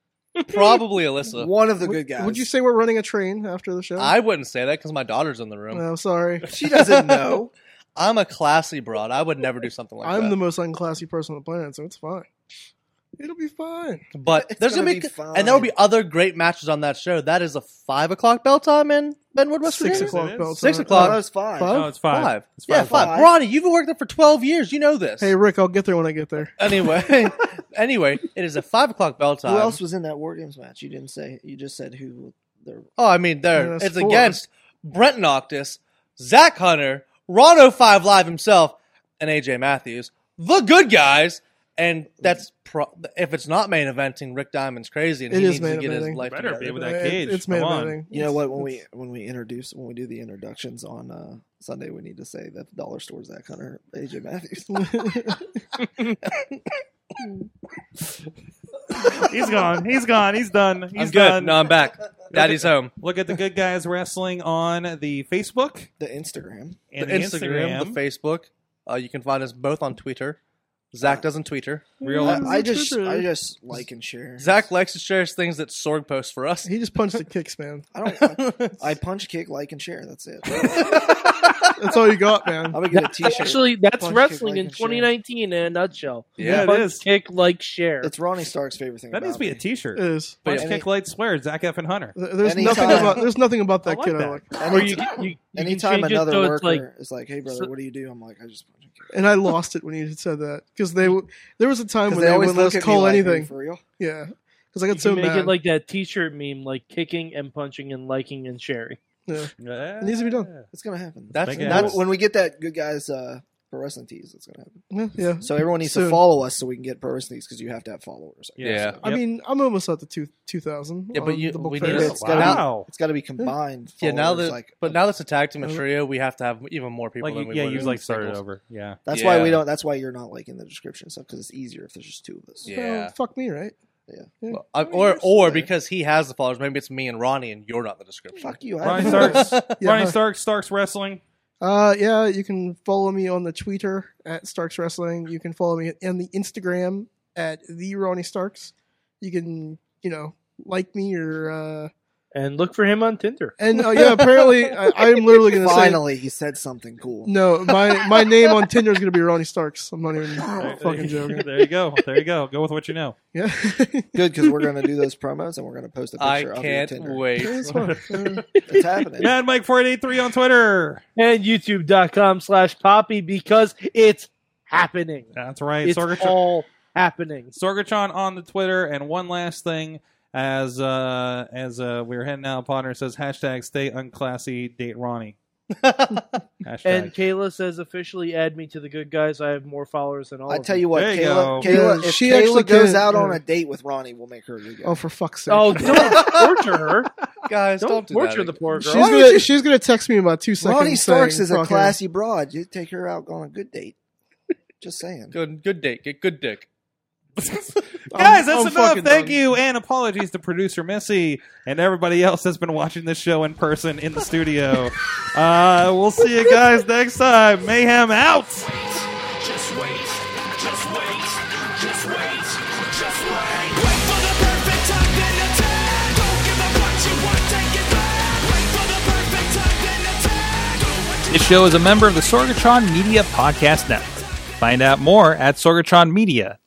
E: probably Alyssa.
F: one of the good guys.
C: Would you say we're running a train after the show?
E: I wouldn't say that because my daughter's in the room.
C: I'm sorry.
F: she doesn't know?
E: I'm a classy broad. I would never do something like
C: I'm
E: that.
C: the most unclassy person on the planet, so it's fine. It'll be fine.
E: but
F: It's
E: there's gonna,
F: gonna
E: be,
F: be
E: and there will
F: fine.
E: be other great matches on that show. That is a five o'clock bell time in Benwood, West
C: Six
E: Virginia.
C: o'clock
B: It is?
C: bell.
E: Six
C: time.
F: Oh,
E: o'clock.
F: that was fine.
C: Five?
B: No, it's five.
E: Five.
B: It's
E: yeah,
B: five o'clock.
E: five. Ronnie, you've been working there for twelve years. You know this.
C: Hey Rick, I'll get there when I get there.
E: Anyway, anyway, it is a five o'clock bell time.
F: Who else was in that War Games match? You didn't say. You just said who. They're,
E: Oh, I mean,
C: Yeah,
E: there
C: that's
E: it's
C: four.
E: against Brent Noctis, Zach Hunter, Ron 05 Live himself, and AJ Matthews, the good guys. And that's pro- if it's not main eventing, Rick Diamond's crazy, and
C: It
E: he
C: is
E: needs to
C: main
E: get his
C: eventing.
E: life
B: Better be
E: together.
B: with that
C: It-
B: cage.
C: it's
B: Come
C: made
B: on.
F: you know what? When we when we introduce when we do the introductions on uh, Sunday, we need to say that the dollar store Zach Hunter, AJ Matthews.
B: He's gone. He's gone. He's done. He's
E: I'm good.
B: done.
E: No, I'm back. Daddy's home.
B: Look at the good guys wrestling on the Facebook
F: the Instagram.
B: and
E: the Instagram, the Facebook. Uh, you can find us both on Twitter. Zach doesn't Twitter.
B: Real.
F: I, I just I just like and share.
E: Zach likes to share things that Sorg posts for us.
C: He just punched the kicks, man.
F: I don't. I, I punch, kick, like, and share. That's it.
C: That's all you got, man.
F: I'm gonna get a T-shirt.
H: Actually, that's
F: Punch, kick,
H: wrestling
F: like,
H: in
F: and share.
H: 2019 in a nutshell.
B: yeah, it
H: Punch,
B: is.
H: Kick, like, share.
F: It's Ronnie Stark's favorite thing.
B: That needs to
F: about
B: be a
F: me.
C: It
B: T-shirt.
C: is.
B: Punch,
F: Any-
B: kick, light, swear. Zach F. and Hunter.
C: Th- There's
F: Anytime.
C: nothing about there's nothing about that
B: I like
C: kid I
B: that.
C: like,
H: Where you,
F: Anytime,
H: you, you can
F: anytime
H: change it
F: another
H: so it's
F: worker
H: like-
F: is like, "Hey, brother,
H: so-
F: what do you do?" I'm like, "I just punch." and kick."
C: and I lost it when you said that because they w- there was a time
F: 'Cause
C: when they, wouldn't let us
F: at me
C: call
F: like, "Are you
C: anything.
F: for real.
C: Yeah, because I got
H: you
C: so
H: can make
C: mad.
H: it like that T-shirt meme, like kicking and punching and liking and sharing.
B: Yeah.
C: needs to be done.
F: It's gonna happen.
E: That's
B: Make it
E: that's
B: happen.
F: when we get that good guys uh, pro wrestling tees. It's gonna happen.
C: yeah, yeah.
F: So everyone needs
C: Soon.
F: to follow us so we can get pro wrestling tees because you have to have followers. I guess.
E: yeah.
F: So
C: I mean, I'm almost at the two two thousand.
E: Yeah, but you-
C: the book
E: we
C: fair.
E: need a-
F: It's gotta be-
B: Wow.
F: it's got to be combined.
E: Yeah, now
F: followers,
E: that
F: like, uh,
E: but now that's a tag team of trio, we have to have even more people.
B: Like
E: than
B: you,
E: we
B: yeah,
E: would
B: you
E: in
B: like started
E: singles.
B: over. Yeah.
F: that's why we
E: yeah.
F: don't. That's why you're not liking the description stuff because it's easier if there's just two of us.
E: Yeah.
C: Well, fuck me, right?
E: Well, I-
F: mean,
E: or
F: you're still
E: or
F: there.
E: because he has the followers, maybe it's me and Ronnie, and you're not in the description.
F: Fuck you. I
B: Ronnie
F: haven't-
B: Starks.
C: Yeah.
B: Ronnie Stark. Starks wrestling.
C: Uh, yeah, you can follow me on the Twitter at Starks Wrestling. You can follow me on the Instagram at the Ronnie Starks. You can, you know, like me or uh,
H: And look for him on Tinder.
C: and oh yeah, apparently I, I'm literally gonna say
F: Finally, he said something cool.
C: no. My my name on Tinder is gonna be Ronnie Starks. I'm not even
B: There-
C: fucking joking.
B: There you go. There you go. Go with what you know.
C: Yeah,
F: Good because we're gonna do those promos and we're gonna post a
E: I
F: picture.
E: can't
F: of your Tinder.
E: wait.
C: It's fine. Uh,
F: It's happening.
B: Mad Mike four eight eight three on Twitter.
H: And YouTube.com slash Poppy because it's happening.
B: That's right.
H: It's
B: Sorgatron-
H: all happening.
B: Sorgatron on the Twitter. And one last thing, as uh, as uh, we were heading out, Potter says hashtag stay unclassy, date Ronnie. hashtag.
H: And Kayla says officially add me to the good guys. I have more followers than all.
F: I
H: of
F: tell
H: them."
F: you what,
B: There you
F: Kayla.
B: go.
F: Kayla
C: Yeah,
F: if
C: she actually
F: Kayla goes
C: did,
F: out on
C: yeah.
F: a date with Ronnie, we'll make her good.
C: oh, for fuck's sake!
H: Oh, don't torture her.
E: Guys,
H: Don't,
E: don't, do
H: torture
E: that
H: the
E: again.
H: poor
C: she's
H: girl.
C: gonna she's gonna text me in about two seconds.
F: Ronnie Starks
C: saying,
F: is a
C: "Fuck her."
F: classy broad. You take her out on a good date. Just saying.
E: Good, good date. Get good dick.
B: Guys,
C: um, I'm
B: that's enough.
C: fucking
B: Thank
C: done.
B: you, and apologies to producer Missy and everybody else that's been watching this show in person in the studio. Uh, we'll see you guys next time. Mayhem out.
A: Just wait, just wait, just wait, just wait. Wait for the perfect time, then attack. Don't give up what you want, take it back. Wait for the perfect time, then attack. Do what you
I: This show is a member of the Sorgatron Media Podcast Network. Find out more at sorgatronmedia.com.